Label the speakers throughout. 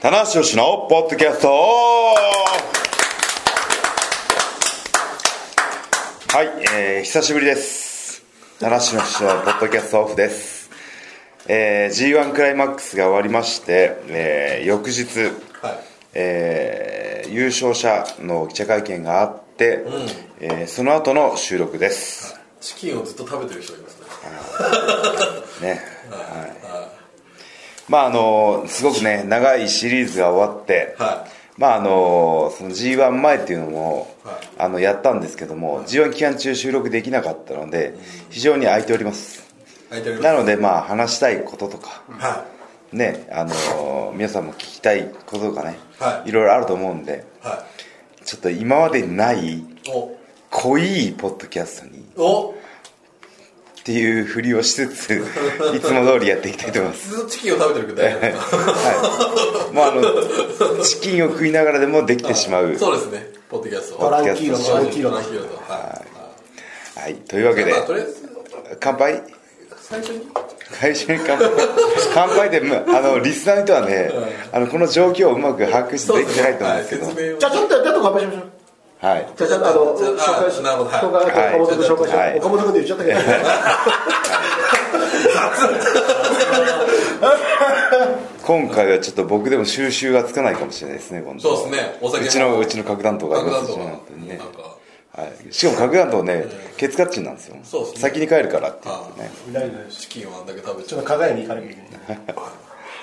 Speaker 1: 棚橋宏のポッドキャストオフはい、えー、久しぶりです棚橋宏のポッドキャストオフです、えー、G1 クライマックスが終わりまして、えー、翌日、
Speaker 2: はい
Speaker 1: えー優勝者の記者会見があって、えーその後の収録です、
Speaker 2: チキンをずっと食べてる人がいますね
Speaker 1: ねまああのすごくね長いシリーズが終わって、
Speaker 2: は
Speaker 1: まああのその G1 前っていうのも、
Speaker 2: はい
Speaker 1: あのやったんですけども、G1 期間中収録できなかったので、非常に空いております
Speaker 2: 空いておりま
Speaker 1: な
Speaker 2: す
Speaker 1: のでまあ話したいこととか、
Speaker 2: は
Speaker 1: ねあの皆さんも聞きたいこととかね、
Speaker 2: はい
Speaker 1: いろいろあると思うんで
Speaker 2: いは
Speaker 1: ちょっと今までにない
Speaker 2: いお
Speaker 1: 濃いポッドキャストに
Speaker 2: お
Speaker 1: っていうふりをしつつ いつも通りやっていきたいと思います
Speaker 2: ずっとチキンを食べてるけど大丈夫
Speaker 1: はいまああのチキンを食いながらでもできてしまう
Speaker 2: そうですねポッドキャスト
Speaker 3: バランキーロ
Speaker 1: ポ
Speaker 3: バランキーロ
Speaker 2: バランキ
Speaker 3: の
Speaker 2: ーロとは
Speaker 1: は
Speaker 2: い
Speaker 1: いというわけで
Speaker 2: まあとりあえず
Speaker 1: 乾杯
Speaker 2: 最初に
Speaker 1: 最初に乾杯 乾杯でむあのリスナーの人はねあのこの状況をうまく把握してできてないと思うんですけど
Speaker 2: はい説明を
Speaker 3: じゃあちょっとちょっと乾杯しましょう
Speaker 1: はい
Speaker 3: じゃあちょっとあの
Speaker 2: じゃあ
Speaker 3: 紹介し
Speaker 2: あなるほどはい
Speaker 3: 紹
Speaker 1: はい
Speaker 3: 介岡本君紹介し
Speaker 1: はい
Speaker 3: て岡本君って言っちゃったけど
Speaker 1: 今回はちょっと僕でも収集がつかないかもしれないですね今度
Speaker 2: そうですねお酒
Speaker 1: うちのうちの核弾頭があり
Speaker 2: 爆
Speaker 1: ま
Speaker 2: 弾
Speaker 1: すし
Speaker 2: とか
Speaker 1: ね
Speaker 2: な
Speaker 1: 本
Speaker 2: んか
Speaker 1: 当にねはい、しかも核弾頭ねケツカッチンなんですよ
Speaker 2: そうですね
Speaker 1: 先に帰るからって言ってね
Speaker 2: あチキンをあんだけ食べ
Speaker 3: ち
Speaker 2: ち
Speaker 3: ょ
Speaker 2: ゃう
Speaker 3: っと加賀屋に行かなきゃいけない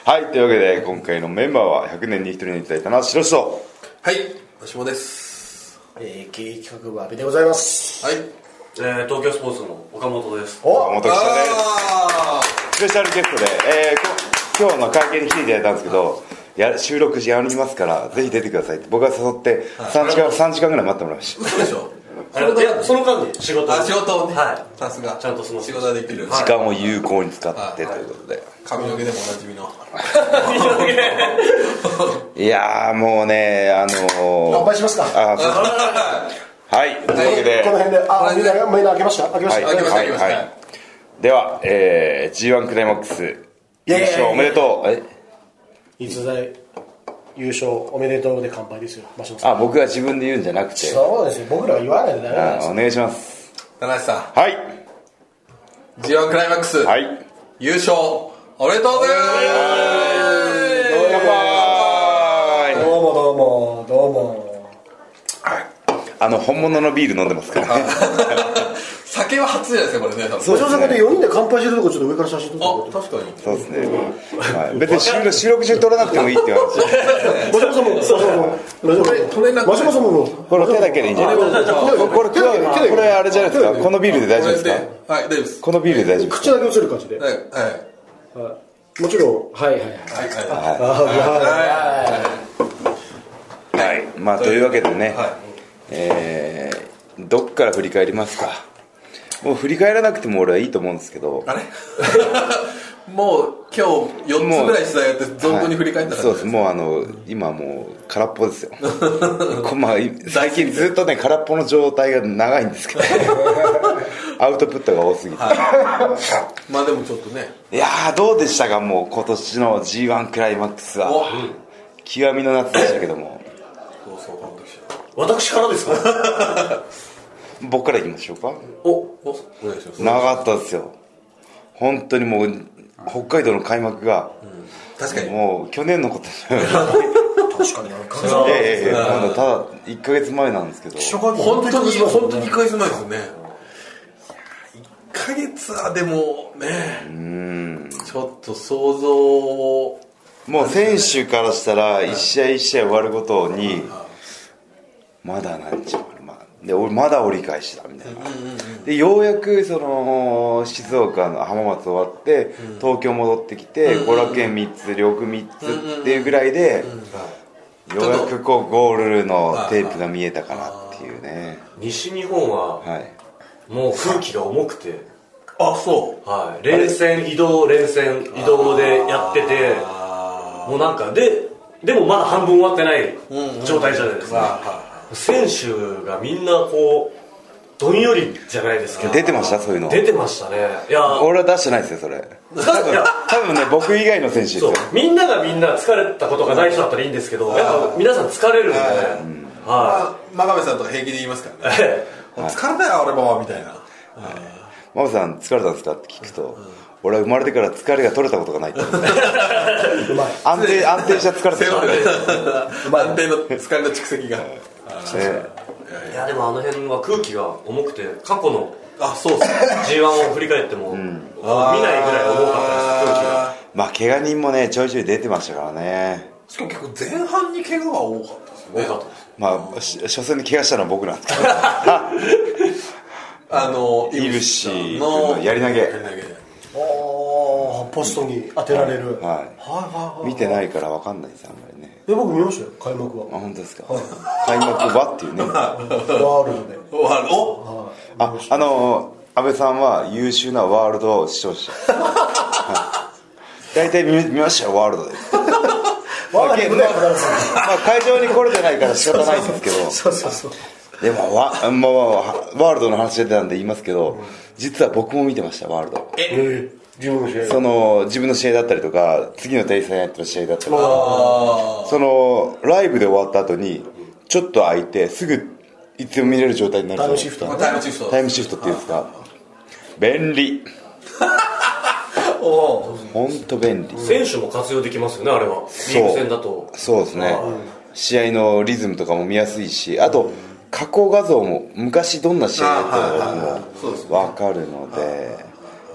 Speaker 1: はい、というわけで今回のメンバーは100年に1人のいただいたのは白石と
Speaker 2: はい私もです
Speaker 3: えー経営企画部阿部でございます
Speaker 2: はい
Speaker 4: えー、東京スポーツの岡本です。
Speaker 1: 岡
Speaker 3: お
Speaker 1: 本記者です
Speaker 2: あ
Speaker 1: スペシャルゲストで、えーこ今日の会見に来ていただいたんですけどや収録時やりますからぜひ出てくださいって僕が誘って3時間三時間ぐらい待ってもらいまし
Speaker 2: ー嘘でしょ
Speaker 4: あのいや、その間に仕事を
Speaker 2: あ仕事をね
Speaker 4: は
Speaker 2: さすが
Speaker 4: ちゃんとその
Speaker 2: 仕事ができる
Speaker 1: た時間を有効に使ってということで
Speaker 2: 髪の毛でもおなじみの
Speaker 1: いやーもうねあの
Speaker 3: 乾
Speaker 1: ー
Speaker 3: 杯しますかこ
Speaker 1: あそうはいというわけで
Speaker 3: の辺であ
Speaker 2: この
Speaker 3: っ
Speaker 2: 辺で
Speaker 3: メール開けました開けまし
Speaker 1: はい
Speaker 3: た
Speaker 2: あ来
Speaker 3: 開けま
Speaker 2: ましたた
Speaker 3: し
Speaker 2: 来ました
Speaker 1: では、えー、G1 クライマックス優勝おめでとうえ
Speaker 3: 逸材優勝おめでとうで乾杯ですよ真島さん
Speaker 1: あ僕が自分で言うんじゃなくて
Speaker 3: そうですよ僕らは言わないとダメなん
Speaker 1: あ
Speaker 3: ですよ
Speaker 1: お願いします
Speaker 2: 棚橋さ
Speaker 1: はい
Speaker 2: ん G1 クライマックス
Speaker 1: はい
Speaker 2: 優勝おめでとうございます
Speaker 1: 乾杯
Speaker 3: どうもどうもどうも
Speaker 1: あの本物のビール飲んでますからね
Speaker 2: 酒は初じゃないですかこれね多分
Speaker 3: 真島さんがね4人で乾杯してるとこちょっと上から写真撮っても
Speaker 2: あ確かに
Speaker 1: そうですね、はい、別に収録収録中に撮らなくてもいいって話
Speaker 3: らって真島さんも真島さんも
Speaker 2: これなんか
Speaker 3: 真島さんも
Speaker 1: これ手だけでいいんじゃないですかこれこれこれこれあれじゃないですかこのビールで大
Speaker 2: こ
Speaker 1: 丈夫で
Speaker 2: れ
Speaker 1: す
Speaker 2: で
Speaker 1: か
Speaker 2: はい大丈夫です
Speaker 1: このビールで大丈夫です
Speaker 3: 口だけ映る感じで
Speaker 2: はいはい
Speaker 3: はいもちろんはいはいはい
Speaker 2: はいはい
Speaker 3: あはい
Speaker 1: かはいまあというわけでね、
Speaker 2: はい
Speaker 1: えー、どっから振り返りますかもう振り返らなくても俺はいいと思うんですけど
Speaker 2: あれ もう今日4つぐらい取材やって存分に振り返った
Speaker 1: はいそ
Speaker 2: 感
Speaker 1: う
Speaker 2: じ
Speaker 1: ですもうあの今もう空っぽ ですよこまあ最近ずっとね空っぽの状態が長いんです けどアウトプットが多すぎて、
Speaker 2: まあでもちょっとね
Speaker 1: い、やーどうでしたかもう今年の g 1クライマックス
Speaker 2: お
Speaker 1: は極みの夏でしたけども
Speaker 2: そうそう監督者
Speaker 4: 私からですか
Speaker 1: 僕からいきましょうか
Speaker 4: お、お、
Speaker 2: お願いします
Speaker 1: 長かったですよ本当にもう北海道の開幕が、
Speaker 2: 確かに
Speaker 1: もう去年のことのように
Speaker 3: 確かになんか
Speaker 1: いやいやいや、まだただ1ヶ月前なんですけど、
Speaker 3: 初回
Speaker 2: 本当に本当に1
Speaker 3: 1
Speaker 2: ヶ月前ですよね1ヶ月はでもねちょっと想像を
Speaker 1: もう選手からしたら、1試合1試合終わるごとに、まだ何日もある、まあ、で俺まだ折り返しだみたいな、でようやくその静岡の浜松終わって、東京戻ってきて、後楽園3つ、両国3つっていうぐらいで、ようやくこうゴールのテープが見えたかなっていうね、
Speaker 4: 西日本は、
Speaker 1: はい、
Speaker 4: もう風紀が重くて、
Speaker 2: あそう
Speaker 4: はい。連戦、移動、連戦、移動でやってて、もうなんか、で、でもまだ半分終わってない状態じゃないですか。選手がみんなこう、どんよりじゃないですけど
Speaker 1: 出てましたそういうの
Speaker 4: 出てましたねいや
Speaker 1: 俺は出してないですよそれ多
Speaker 4: い
Speaker 1: 分
Speaker 4: や
Speaker 1: 多分ね僕以外の選手です
Speaker 4: そう
Speaker 1: よ
Speaker 4: みんながみんな疲れたことがない人だったらいいんですけどやっぱ皆さん疲れるんで、は
Speaker 2: あ真壁さんとか平気で言いますからね
Speaker 4: い、
Speaker 2: もう疲れたよ俺もみたいな
Speaker 1: マブさん疲れたんですかって聞くと、俺は生まれてから疲れが取れたことがないって言うんですよ
Speaker 3: うまい
Speaker 1: 安定安定した疲れて
Speaker 2: 背
Speaker 1: る
Speaker 2: 負
Speaker 1: ね
Speaker 2: で 安定の疲れの蓄積が
Speaker 4: いやでもあの辺は空気が重くて過去の
Speaker 2: あそうっす
Speaker 4: g 1を振り返っても、見ないぐらい重かったです空気が
Speaker 2: あ
Speaker 1: まあ怪我人もねちょいちょい出てましたからね
Speaker 2: ーしかも結構前半に怪我が多かったですよね
Speaker 4: 多かったです
Speaker 1: まあし初戦で怪我したのは僕なんですけど
Speaker 2: あの
Speaker 1: イブシ君のやり投げ
Speaker 2: やり投げ
Speaker 3: ああポストに当てられる、はい
Speaker 1: は
Speaker 3: はい
Speaker 1: い
Speaker 3: はい
Speaker 1: 見てないから分かんないですあんまりね
Speaker 3: え僕見ましたよ開幕
Speaker 1: あ
Speaker 3: は
Speaker 1: 本当ですか開幕はっていうねあ
Speaker 3: ワールドで
Speaker 2: わお
Speaker 1: あの安倍さんは優秀なワールド視聴者はい大体見見ましたよワールドで
Speaker 3: ワールドでございます
Speaker 1: まあ、会場に来れてないから仕方ないんですけど
Speaker 3: そうそうそう
Speaker 1: でもワ,、まあまあワールドの話出てたんで言いますけど、実は僕も見てましたワールド
Speaker 3: ええ自分の試合
Speaker 1: その自分の試合だったりとか次の店員さんやってる試合だったりとか
Speaker 2: あ
Speaker 1: そのライブで終わった後にちょっと空いてすぐいつでも見れる状態になるじゃないですか
Speaker 2: ータイムシフト
Speaker 1: タイムシフトっていうんですか便利
Speaker 2: おー
Speaker 1: 本当便利
Speaker 4: 選手も活用できますよねあれはリーグ戦だと
Speaker 1: そうですね試合のリズムとかも見やすいしあと加工画像も昔どんな試合だったのか
Speaker 2: そうですね
Speaker 1: も分かるので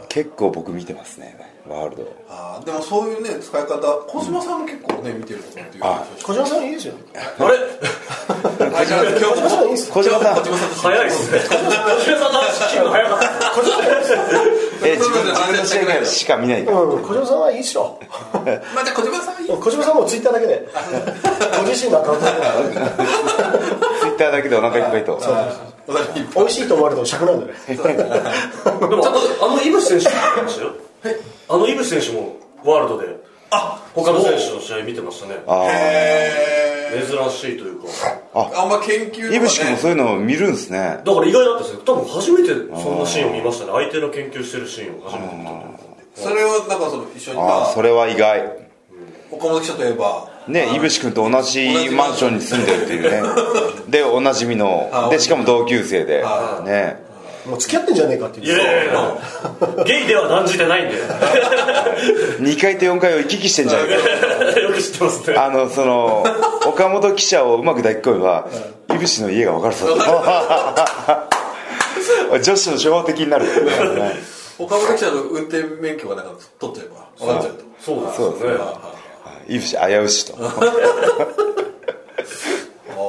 Speaker 1: 結構僕見てますねワールド
Speaker 2: あーでもそういうね使い方小島さんも結構ね見てるとかっていう
Speaker 3: 小島さんいいですよ
Speaker 4: あれ
Speaker 2: あじゃあ今日
Speaker 3: 小島さんいいです
Speaker 1: 小島さん
Speaker 2: 小島さんと
Speaker 4: 早いですね小島さんの話聞くの早かった
Speaker 1: え自分自分の試合からしか見 ないから
Speaker 3: うん小島さんはいいっしょ
Speaker 2: まあじゃあ小島さんいい
Speaker 3: 小島さんもツイッターだけでご自身のアカウントで
Speaker 1: ツイッターだけでお腹いっぱいと
Speaker 2: お互い
Speaker 3: 美味しいと思われても尺なんだね
Speaker 4: でもあのあのイブス選手も見てましたよあのイブス選手もワールドで
Speaker 2: あ
Speaker 4: 他の選手の試合見てましたね
Speaker 1: あ
Speaker 2: へ
Speaker 4: 珍しいというか
Speaker 2: ーあんま研究とか
Speaker 1: ー
Speaker 2: ね
Speaker 1: いぶし君もそういうのを見るんですね
Speaker 4: だから意外だったですよ多分初めてそんなシーンを見ましたね相手の研究してるシーンを初めて見たというか
Speaker 2: それをなんかその一緒にま
Speaker 1: ああ
Speaker 2: あ
Speaker 1: それは意外
Speaker 2: 岡本記者といえば
Speaker 1: ねいぶし君と同じマンションに住んでるっていう ねでおなじみの
Speaker 2: あ
Speaker 1: でしかも同級生で
Speaker 2: あ
Speaker 1: ね
Speaker 3: もう付き合ってんじゃねえかって
Speaker 4: いやい
Speaker 3: いう
Speaker 4: やいやゲイでは断じてないんで
Speaker 1: 2階と4階を行き来してんじゃないか
Speaker 4: よく知ってますね
Speaker 1: あのその岡本記者をうまく抱き込めば、いぶしの家が分かるそう だ女子の初歩的になるっていうね
Speaker 2: 岡本記者の運転免許がなんか取っちゃえば分かっちゃうと
Speaker 4: そうですよ
Speaker 1: そうで
Speaker 4: ね
Speaker 1: いぶし危うしと
Speaker 2: あ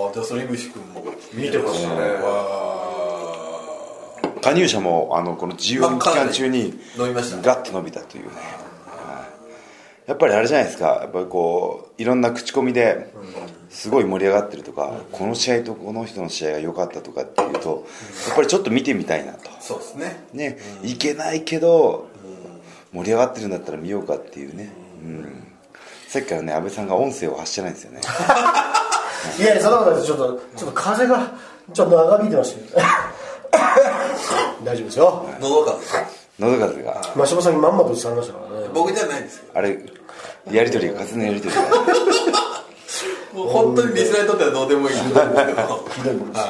Speaker 2: あじゃあそれ井口君も
Speaker 4: 見てましたね
Speaker 2: あ
Speaker 1: 加入者もあのこの自由
Speaker 2: まあ
Speaker 1: 期
Speaker 2: かなり
Speaker 1: 間中に
Speaker 2: 伸びましたね
Speaker 1: ガッと伸びたというね、はいやっぱりあれじゃないですかやっぱりこういろんな口コミですごい盛り上がってるとか、この試合とこの人の試合が良かったとかっていうとやっぱりちょっと見てみたいなと
Speaker 2: ーそうですね
Speaker 1: ね、いけないけど、盛り上がってるんだったら見ようかっていうね、うんさっきからね安倍さんが音声を発してないんです よね
Speaker 3: いやいやそんなことないですちょっとちょっと風がちょっと長引いてま したよ大丈夫ですよ
Speaker 2: のどか
Speaker 1: 喉風が
Speaker 3: 真島さんにまんまと映されましたからね
Speaker 2: 僕じゃないですけ
Speaker 1: あれやり取りが風のやり取りが
Speaker 2: どもう本当にリスナーにとってはどうでもいいことなんですけ ど
Speaker 3: ひどいことです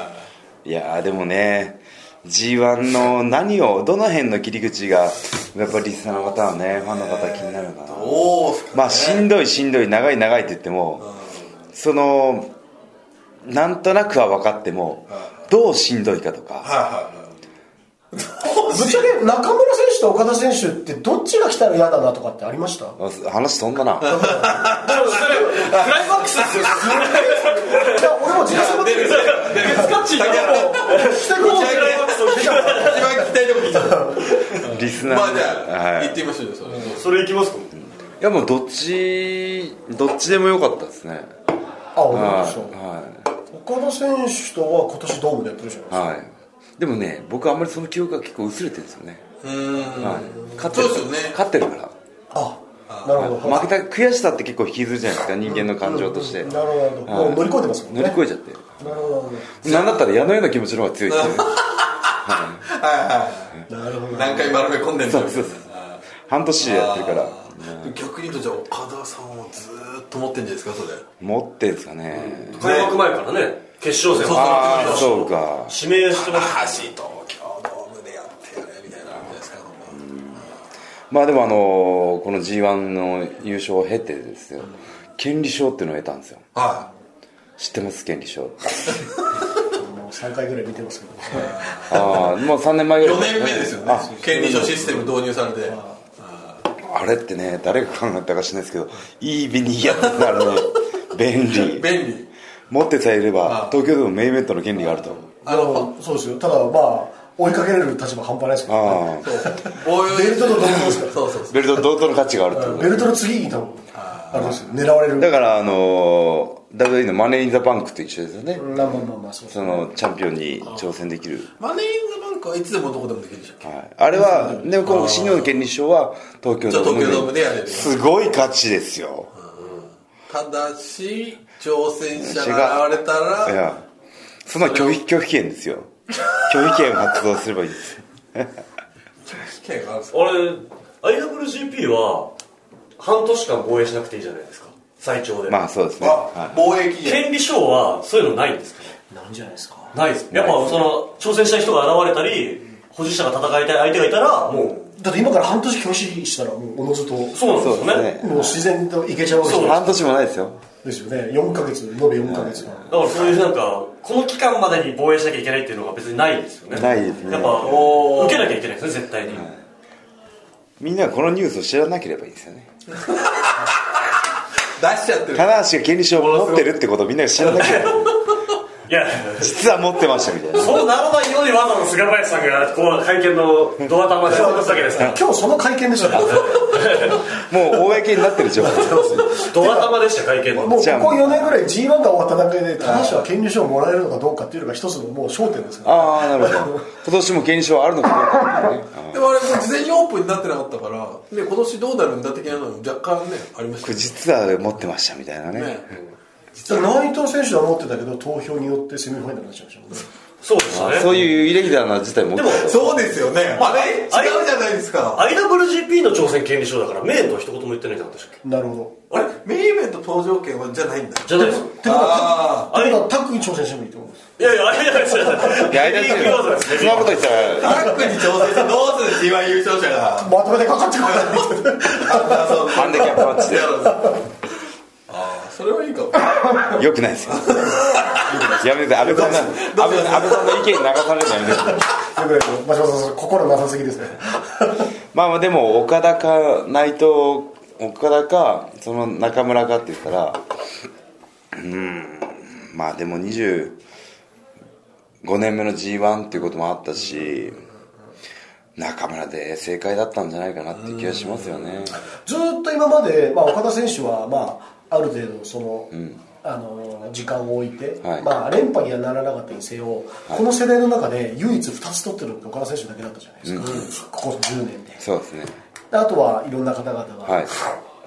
Speaker 1: いやーでもね g 1の何をどの辺の切り口がやっぱりリスナーの方はねファンの方気になるのかな
Speaker 2: おおすか
Speaker 1: まあしんどいしんどい長い長いって言ってもそのなんとなくは分かってもどうしんどいかとか
Speaker 2: はいはいはい
Speaker 3: ぶっちゃけ中村選手と岡田選手ってどっちが来たら嫌だなとかってありました
Speaker 1: あ話飛んだ な
Speaker 4: でもそれクライマックスですよ
Speaker 3: いや俺も自信持ってる
Speaker 4: ゲスカッチーだも
Speaker 3: 下から
Speaker 4: もうクライマックスを聞いた
Speaker 2: 一番聞きたいとこ聞いちゃった
Speaker 1: リスナー
Speaker 2: まあ
Speaker 1: の
Speaker 2: じゃ
Speaker 1: は
Speaker 2: あ
Speaker 1: い
Speaker 2: 行ってみましょうよそれ
Speaker 4: それいきますか
Speaker 1: いやもうどっちどっちでもよかったですね
Speaker 3: あ俺でしょ
Speaker 1: はい
Speaker 3: 岡田選手とは今年ドームでやってるじゃないですか
Speaker 1: はいでもね僕あんまりその記憶が結構薄れてるんですよね、
Speaker 2: うーん
Speaker 1: はい、勝ってる
Speaker 2: そうですよね
Speaker 1: 勝ってるから
Speaker 3: あなるほど
Speaker 1: 負けた悔しさって結構引きずるじゃないですか人間の感情として、
Speaker 3: なるほどもう乗り越えてますもん
Speaker 1: 乗
Speaker 3: ね
Speaker 1: り越えちゃって
Speaker 3: なるほどなるほど
Speaker 1: なんだったら矢のような気持ちの方が強いっていう
Speaker 2: はい
Speaker 3: なるほど
Speaker 2: 何回丸め込んでんだよ
Speaker 1: そうそうそう 半年でやってるから
Speaker 2: 逆に言うとじゃあ岡田さんをずーっと持ってんじゃないですかそれ
Speaker 1: 持ってんすかね、
Speaker 4: 開幕前からね決勝戦
Speaker 2: そう
Speaker 4: は
Speaker 1: ああそうか
Speaker 4: 指名してます
Speaker 2: 橋東京ドームでやってやれみたいな感じですか
Speaker 1: まあでもあのこの g 1の優勝を経てですよ権利賞っていうのを得たんですよ
Speaker 2: は
Speaker 1: 知ってます権利賞
Speaker 3: もう3回ぐらい見てますけど
Speaker 1: ああもう3年前
Speaker 2: い
Speaker 1: ぐらい
Speaker 2: 4年目ですよね
Speaker 1: あ
Speaker 2: 権利書システム導入されて
Speaker 1: あれってね誰が考えたか知らないですけどいいビニーやってた らね便利
Speaker 2: 便利
Speaker 1: 持ってさえいれ
Speaker 2: あ
Speaker 1: ば東京でもメインイベントの権利があると
Speaker 2: あの
Speaker 3: そうですよただまあ追いかけられる立場半端ないですけど
Speaker 1: ああ
Speaker 2: 防衛
Speaker 3: ベルトと同等ですから
Speaker 2: そうそうそう
Speaker 1: ベルト同等の価値があるってこと
Speaker 3: ベルトの次に多分あれですよ狙われる
Speaker 1: だからあの WWE のマネー・イン・ザ・バンクと一緒ですよね
Speaker 3: まあまあまあまあそうです
Speaker 1: そのチャンピオンに挑戦できる
Speaker 2: マネーイングバンクはいつでもどこでもできるじゃん
Speaker 1: はい、あれは、でもこの新日本の権利賞は東京ドーム
Speaker 2: じゃあ東京ドームでやれる
Speaker 1: すごい価値ですよ、
Speaker 2: ただし挑戦者が現れた
Speaker 1: い
Speaker 2: ら
Speaker 1: やそんな拒否拒否権ですよ拒否権を発動すればいいです
Speaker 2: 試験があるんですか
Speaker 4: あれ IWGP は半年間防衛しなくていいじゃないですか最長で、
Speaker 1: まあそうですね、
Speaker 2: あ
Speaker 1: は
Speaker 2: 防衛期限
Speaker 4: 権利賞はそういうのないんですかね
Speaker 3: なんじゃないですか
Speaker 4: ないですやっぱその挑戦した人が現れたり保持者が戦いたい相手がいたらも
Speaker 3: だって今から半年拒否したらもうおのずとも
Speaker 4: うそうなんです
Speaker 1: そ
Speaker 4: よ
Speaker 1: う
Speaker 4: ね
Speaker 1: ですね
Speaker 3: う自然といけちゃうわけじゃ
Speaker 1: い、
Speaker 3: ない
Speaker 1: 半年もないですよ
Speaker 3: ですよね4ヶ月延べ4ヶ月
Speaker 4: だからそういうなんかこの期間までに防衛しなきゃいけないっていうのが別にないですよね
Speaker 1: ないですね
Speaker 4: やっぱ受けなきゃいけないですね絶対に、
Speaker 1: みんなこのニュースを知らなければいいですよね
Speaker 2: 出しちゃってる
Speaker 1: 棚橋が権利証を持ってるってことをみんなが知らなければ
Speaker 4: いや
Speaker 1: 実は持ってましたみたいな
Speaker 4: そうならないようにわざわざ菅林さんがこう会見のドア玉で渡すわけですから
Speaker 3: 今日その会見でしょ
Speaker 1: もう公になってる状況
Speaker 4: ドア玉でした会見の
Speaker 3: もうこ
Speaker 1: じゃあ
Speaker 3: こ4年ぐらい G1 が終わった段階で田橋は権利書をもらえるのかどうかっていうのが一つのもう焦点ですから
Speaker 1: ああなるほど今年も権利証はあるのかどうかっていうねあー
Speaker 2: でもあれもう事前にオープンになってなかったからで今年どうなるんだ的なのも若干ねありまし
Speaker 1: こ
Speaker 2: た
Speaker 1: れ
Speaker 2: よ
Speaker 1: 実は持ってましたみたいなね
Speaker 2: ね
Speaker 3: 実は内藤選手は持ってたけど投票によってセミファイナルになっちゃいましたもんね
Speaker 4: そうでしたね
Speaker 1: そういうイレギュラーな事態も起きてた
Speaker 2: そうですよねあれ違う
Speaker 4: あれ
Speaker 2: じゃないですか
Speaker 4: IWGP の挑戦権利書だからメインとは一言も言ってないじゃん確か
Speaker 3: なるほど
Speaker 2: あれメインイベント登場権はじゃないんだ
Speaker 4: じゃないですよ
Speaker 3: ってことは
Speaker 4: あ
Speaker 3: って
Speaker 4: れ
Speaker 3: ことはタッグに挑戦してもいいってことです
Speaker 4: いやいやあれじゃないですよ
Speaker 1: いや間違いないそんなこと言ったら
Speaker 2: タッグに挑戦してどうする G1 優勝者が
Speaker 3: まとめてかかってこない
Speaker 1: ハンデキャップマッチで
Speaker 2: ああそれはいいかも
Speaker 1: よくないですよやめて安倍さんの安倍安倍さんの意見に流されるのやめてください
Speaker 3: よくないですよ真島 さんそれ心なさすぎ ですね
Speaker 1: まあまあでも岡田か内藤岡田かその中村かって言ったらうーんまあでも25年目の g 1っていうこともあったし中村で正解だったんじゃないかなっていう気がしますよね
Speaker 3: ずーっと今まで、まあ、岡田選手は、まあ、ある程度その、あの時間を置いて、
Speaker 1: はい
Speaker 3: まあ、連覇にはならなかったにせよ、この世代の中で唯一2つ取ってるのって岡田選手だけだったじゃないですか、ここ10年で
Speaker 1: そうですね
Speaker 3: であとはいろんな方々が、
Speaker 1: はい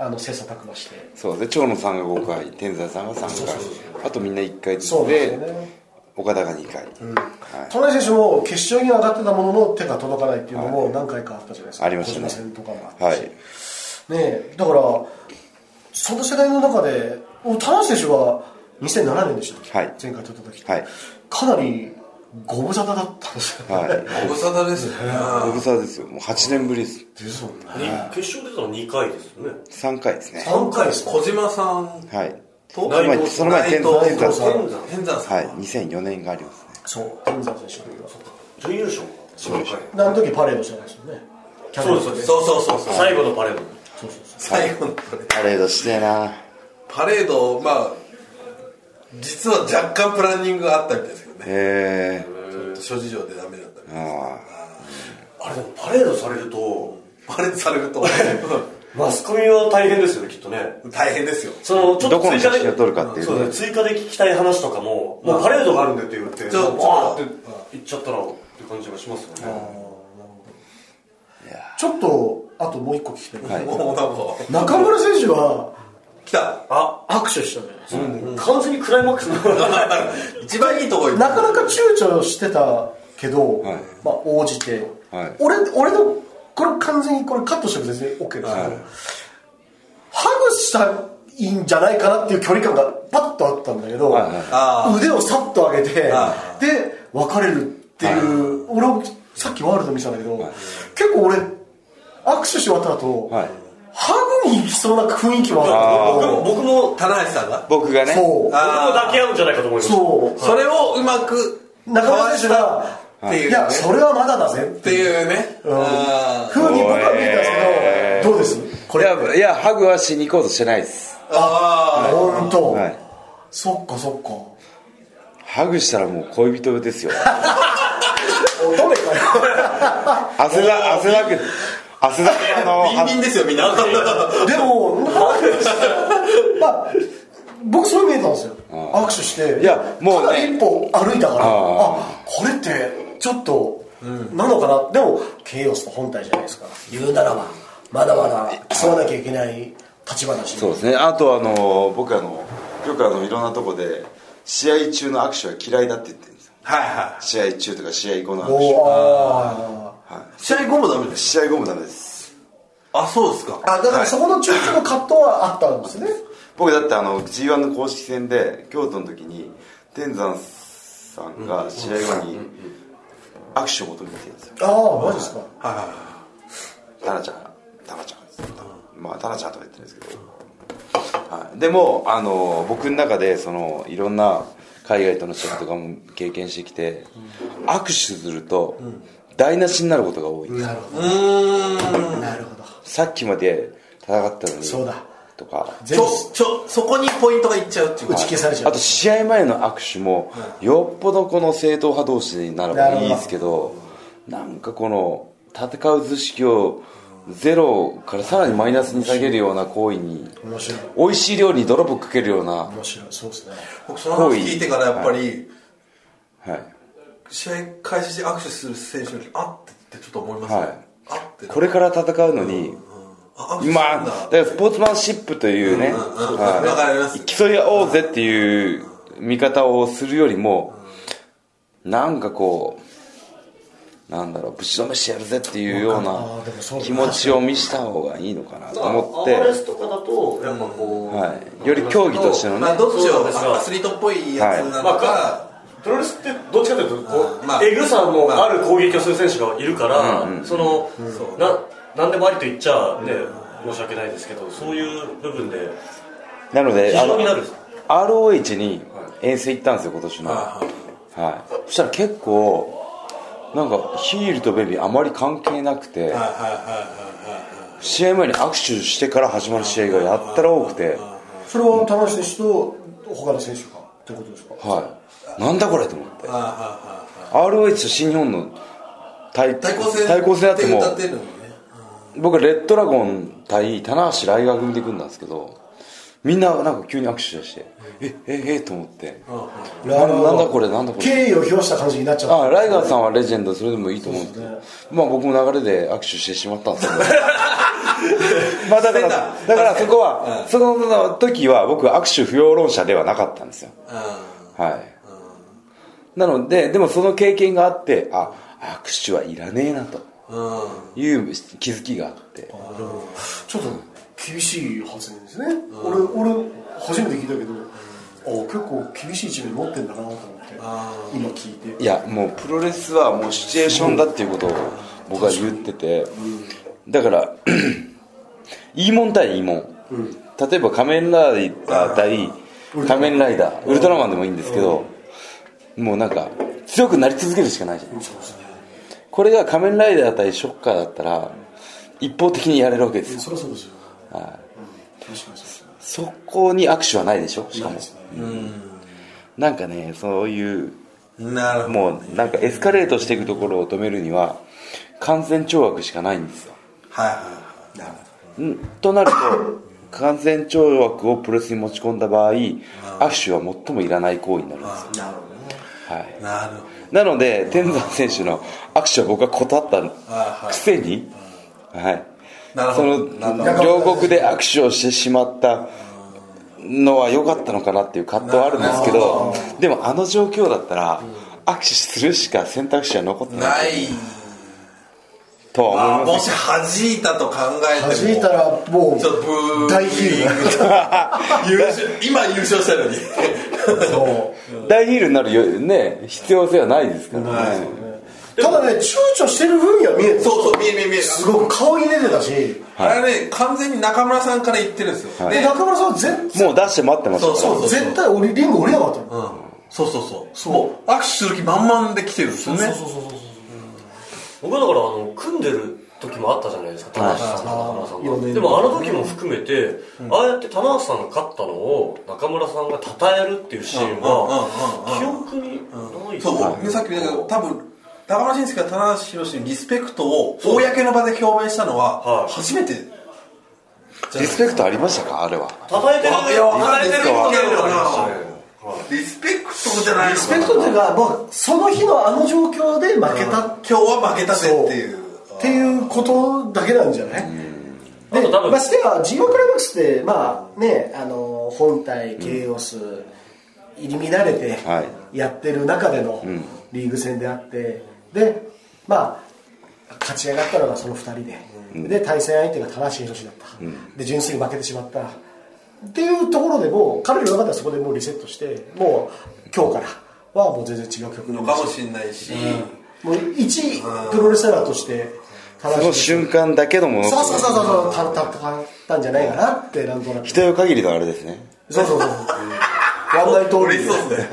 Speaker 3: あの切磋琢磨して
Speaker 1: そうで長野さんが5回天才さんが3回あとみんな1回ずつ
Speaker 3: そうです
Speaker 1: で
Speaker 3: よね
Speaker 1: 岡田が2回、はい、
Speaker 3: トライ選手も決勝には上がってたものの手が届かないっていうのも何回かあったじゃないですか、
Speaker 1: ありましたね
Speaker 3: 小島戦とかもあった
Speaker 1: は
Speaker 3: し、
Speaker 1: い
Speaker 3: ねえだからその世代の中でお田中選手は2007年でしたっけ、
Speaker 1: はい
Speaker 3: 前回取った時って、
Speaker 1: はい
Speaker 3: かなりご無沙汰だったんですよね、
Speaker 1: はい
Speaker 2: ご無沙汰ですね
Speaker 1: ご無沙汰ですよもう8年ぶりです
Speaker 3: ですもんね
Speaker 4: に決勝出たの2回ですよね
Speaker 1: 3回ですね
Speaker 3: 3回です
Speaker 2: 小島さん
Speaker 1: はい
Speaker 2: と
Speaker 1: 内藤その前
Speaker 2: 内藤
Speaker 1: 天山
Speaker 3: さん
Speaker 2: 天山さん
Speaker 1: はい2004年がありますね
Speaker 3: そう天山選手の時は
Speaker 4: 準優勝がその回
Speaker 3: であの時パレードしてたんですよねキャ
Speaker 4: そう
Speaker 3: ノン
Speaker 4: です
Speaker 2: そうそうそうそう
Speaker 4: 最後のパレード
Speaker 3: そうそうそう
Speaker 2: 最後のパレード
Speaker 1: パレードしてえな
Speaker 2: パレードまあ実は若干プランニングがあったみたいですけどね
Speaker 1: へえ
Speaker 2: 諸事情でダメだったみたい
Speaker 1: あ
Speaker 4: あれでもパレードされると
Speaker 2: パレードされると
Speaker 4: マスコミは大変ですよねきっとね
Speaker 2: 大変ですよ
Speaker 4: そのちょ
Speaker 1: あ
Speaker 4: っと
Speaker 1: どこの
Speaker 4: 追
Speaker 1: 写
Speaker 4: 加で
Speaker 1: 真を撮るかってい
Speaker 4: そうう
Speaker 1: ね
Speaker 4: ね追加で聞きたい話とかももうパレードがあるんでって言って
Speaker 2: ちょ
Speaker 4: もうわーって
Speaker 2: ちょ
Speaker 4: 言っちゃったらって感じがしますよね
Speaker 3: ちょっとあともう一個聞きたい、
Speaker 1: はい
Speaker 2: もうなんか
Speaker 3: 中村選手は
Speaker 2: 来た
Speaker 4: あ
Speaker 3: 握手したじゃないですか、
Speaker 4: 完全にクライマックスの
Speaker 2: 一番いいとこ行った
Speaker 3: なかなか躊躇してたけど、
Speaker 1: はい
Speaker 3: まあ応じて、
Speaker 1: はい
Speaker 3: 俺俺のこれ完全にこれカットしても全然 OK ですけど、ハグしたらいいんじゃないかなっていう距離感がパッとあったんだけど、
Speaker 1: はいはい
Speaker 2: あ
Speaker 3: 腕をさっと上げて、
Speaker 2: は
Speaker 3: で別れるっていう、俺をさっきワールド見てたんだけど、結構俺握手し終わった後、
Speaker 1: はい
Speaker 3: ハグに行きそうな雰囲気も
Speaker 1: あ
Speaker 3: あ
Speaker 2: 僕
Speaker 3: る
Speaker 2: も僕も棚橋さんが
Speaker 1: 僕がね
Speaker 3: そう
Speaker 4: 僕も抱き合うんじゃないかと思います
Speaker 3: そう
Speaker 2: それをうまく
Speaker 3: 中村選手が
Speaker 2: かわしたっていう
Speaker 3: い
Speaker 2: ね
Speaker 3: やそれはまだだぜっ
Speaker 2: ってていうねあー
Speaker 3: ふうに僕は見えたんですけどどうですこ
Speaker 1: い
Speaker 3: れ
Speaker 1: やいやハグはしに行こうとしてないです
Speaker 2: あ
Speaker 3: 本当、
Speaker 1: はい
Speaker 3: そっかそっか
Speaker 1: ハグしたらもう恋人ですよ
Speaker 3: 乙女かよ
Speaker 1: 汗だ汗だく汗だくの
Speaker 2: ービンビンですよみんな
Speaker 3: でも、まあ、僕そう見えたんですよ握手して
Speaker 1: いやもうね
Speaker 3: ただ一歩歩いたから
Speaker 1: あ
Speaker 3: あこれってちょっと、なのかなでもケイオスの本体じゃないですか言うならばまだまだ競わなきゃいけない立場だし
Speaker 1: そうですねあとあの僕あのよくあのいろんなとこで試合中の握手は嫌いだって言ってるんですよ
Speaker 2: はいは
Speaker 1: 試合中とか試合後の握
Speaker 3: おーあー
Speaker 2: い試合後もダメで
Speaker 1: 手
Speaker 2: す
Speaker 1: 試合後もダメです
Speaker 2: あそうですか
Speaker 3: あだからそこの中間の葛藤はあったんですね、
Speaker 1: 僕だってあの G1 の公式戦で京都の時に天山さんが試合後に握手を求めてるんですよ
Speaker 3: ああマジですか
Speaker 2: はいはいはい
Speaker 1: タナちゃんタナちゃんですまあタナちゃんとか言ってるんですけど、はい、でもあの僕の中でそのいろんな海外との試合とかも経験してきて握手すると台無しになることが多いんですよ
Speaker 3: なるほ
Speaker 2: うーん
Speaker 3: どなるほど
Speaker 1: さっきまで戦ったのに
Speaker 3: そうだ
Speaker 1: とか
Speaker 3: 全
Speaker 2: ち
Speaker 3: 部
Speaker 2: ょちょそこにポイントがいっちゃうっていう
Speaker 3: 打ち消されちゃ
Speaker 1: あ
Speaker 3: う
Speaker 1: と試合前の握手もよっぽどこの正統派同士にならばいいですけどなんかこの戦う図式をゼロからさらにマイナスに下げるような行為に
Speaker 3: 面白い
Speaker 1: 美味しい料理に泥棒かけるようなは
Speaker 3: 面白いそうですね
Speaker 2: 僕その話聞いてからやっぱり、
Speaker 1: い
Speaker 2: 試合開始して握手する選手の時あってってちょっと思いますね、
Speaker 1: はい
Speaker 2: あって
Speaker 1: これから戦うのに
Speaker 2: あ握手するんだ
Speaker 1: まあだからスポーツマンシップというね
Speaker 2: うん
Speaker 1: はい
Speaker 2: わかります
Speaker 1: 競い合おうぜっていう見方をするよりもなんかこうなんだろうぶちのめしてやるぜっていうよう
Speaker 3: あーでもそう
Speaker 1: な
Speaker 3: だな
Speaker 1: 気持ちを見した方がいいのかなと思っ
Speaker 4: アマレ
Speaker 1: て、
Speaker 4: スとかだとやっぱこう、
Speaker 1: はい、より競技としてのね
Speaker 2: まあ、どっち
Speaker 4: そう
Speaker 2: を
Speaker 4: ですよ
Speaker 2: アスリートっぽいやつなのか、
Speaker 4: まあかプロレスってどっちかというとこ
Speaker 2: あー
Speaker 4: う、
Speaker 2: まあ
Speaker 4: エグさもある攻撃をする選手がいるから、その、な何でもありと言っちゃね、申し訳ないですけどそういう部分で
Speaker 1: なので
Speaker 4: 非
Speaker 1: あ
Speaker 4: 常
Speaker 1: の
Speaker 4: になる
Speaker 1: ROH に遠征行ったんですよ今年の、
Speaker 2: は
Speaker 1: はい、そしたら結構なんかヒールとベビーあまり関係なくて試合前に握手してから始まる試合がやったら多くて
Speaker 3: それは田中選手と他の選手かってことですか
Speaker 1: はいなんだこれと思って ROH と新日本の対
Speaker 2: 対抗戦
Speaker 1: 対抗戦だっても
Speaker 2: 歌っ
Speaker 1: う
Speaker 2: てるのね
Speaker 1: 僕はレッドラゴン対棚橋ライガー組で組んだんですけどみんななんか急に握手しだしてええええと思ってななんだこれなんだこれ
Speaker 3: 敬意を表した感じになっちゃった
Speaker 1: あライガーさんはレジェンドそれでもいいと思うんですけど、まあ僕も流れで握手してしまったんですけど まあだから
Speaker 2: してた
Speaker 1: だからそこは、その時は僕は握手不要論者ではなかったんですよはい、なのででもその経験があってあ握手はいらねえなと
Speaker 2: うんうん
Speaker 1: いう気づきがあって
Speaker 3: ちょっと厳しい発言ですね、俺俺初めて聞いたけどあ結構厳しい一面持ってんだなと思って今聞いて
Speaker 1: いやもうプロレスはもうシチュエーションだっていうことを僕は言っててだからいいもん対いいもん例えば仮面ライダー対仮面ライダーウルトラマンでもいいんですけどもうなんか強くなり続けるしかないじゃないですかこれが仮面ライダー対ショッカーだったら一方的にやれるわけですよ
Speaker 3: そりゃそうですよはい確かにそうですね
Speaker 1: そこに握手はないでしょしか
Speaker 3: ない
Speaker 1: も
Speaker 3: ですね
Speaker 1: なんかねそういう
Speaker 2: なるほど
Speaker 1: もうなんかエスカレートしていくところを止めるには完全懲悪しかないんですよ
Speaker 2: はいはいはい
Speaker 1: んとなると完全懲悪をプロレスに持ち込んだ場合握手は最もいらない行為になるんですよ、
Speaker 3: なるほどね
Speaker 1: はい、
Speaker 2: なるほど
Speaker 1: なので天山選手の握手は僕は断ったくせにはい
Speaker 2: なる
Speaker 1: そ
Speaker 2: ほどなる
Speaker 1: の両国で握手をしてしまったのは良かったのかなっていう葛藤はあるんですけどでもあの状況だったら握手するしか選択肢は残ってない
Speaker 2: ない
Speaker 1: とは
Speaker 2: まあ
Speaker 1: 思いま
Speaker 2: も
Speaker 1: す
Speaker 2: し弾いたと考えても
Speaker 3: 弾いたらもう
Speaker 2: ちょっとブー
Speaker 3: 大ヒール
Speaker 2: 優勝今優勝したのに
Speaker 3: そ
Speaker 1: 大ヒールになるよね必要性はないですからね、
Speaker 3: うただね躊躇してる風には見える
Speaker 2: そうそう見える見える見える
Speaker 3: すごく顔に出てたし
Speaker 2: あれはね完全に中村さんから言ってるんですよ、
Speaker 3: で
Speaker 2: で
Speaker 3: 中村さんは全
Speaker 1: もう出して待ってますから
Speaker 2: そうそう
Speaker 3: 絶対俺リング降りなかったの
Speaker 2: うんそうそうそうそうもう握手する気満々で来てるんですよね
Speaker 3: そうそうそうそう
Speaker 4: 僕はだからあの組んでる時もあったじゃないですか棚橋さんと中村さん
Speaker 3: あー
Speaker 4: がでもあの時も含めて、ああやって棚橋さんが勝ったのを中村さんが称えるっていうシーンは記
Speaker 2: うんうんうんうん
Speaker 4: 憶にないです
Speaker 2: そう、僕ねさっきも言ったけど多分高村晋介が棚橋宏にリスペクトを公の場で表明したのは
Speaker 4: はい
Speaker 2: 初めて
Speaker 1: リスペクトありましたかあれは
Speaker 4: 称えてる
Speaker 2: いやわかんない
Speaker 4: 称えてる
Speaker 2: わかんない
Speaker 4: わかりま
Speaker 2: リスペクトじゃないの
Speaker 3: リスペクトっていうかもうその日のあの状況で負けたっ
Speaker 2: 今日は負けたぜっていう
Speaker 3: ていうことだけなんじゃない
Speaker 4: あと多分
Speaker 3: ましては G1 クライマックスってまあねあの本体ケイオス、入り乱れて
Speaker 1: は
Speaker 3: やってる中でのリーグ戦であって、でまあ勝ち上がったのがその2人で、で対戦相手が田橋宏だった、で純粋に負けてしまったっていうところでもう彼らの中ではそこでもうリセットしてもう今日からはもう全然違う曲
Speaker 2: の
Speaker 3: に
Speaker 2: かもしれないし、
Speaker 3: もう一プロレスラーとして田
Speaker 1: そ
Speaker 3: 中
Speaker 1: の瞬間だけのもの
Speaker 3: そうそうそうそうたたたったんじゃないかなってなんとなく
Speaker 1: 人よ限りのあれですね
Speaker 3: そうそうそうワンナイトオンリー
Speaker 2: 嬉しそうですね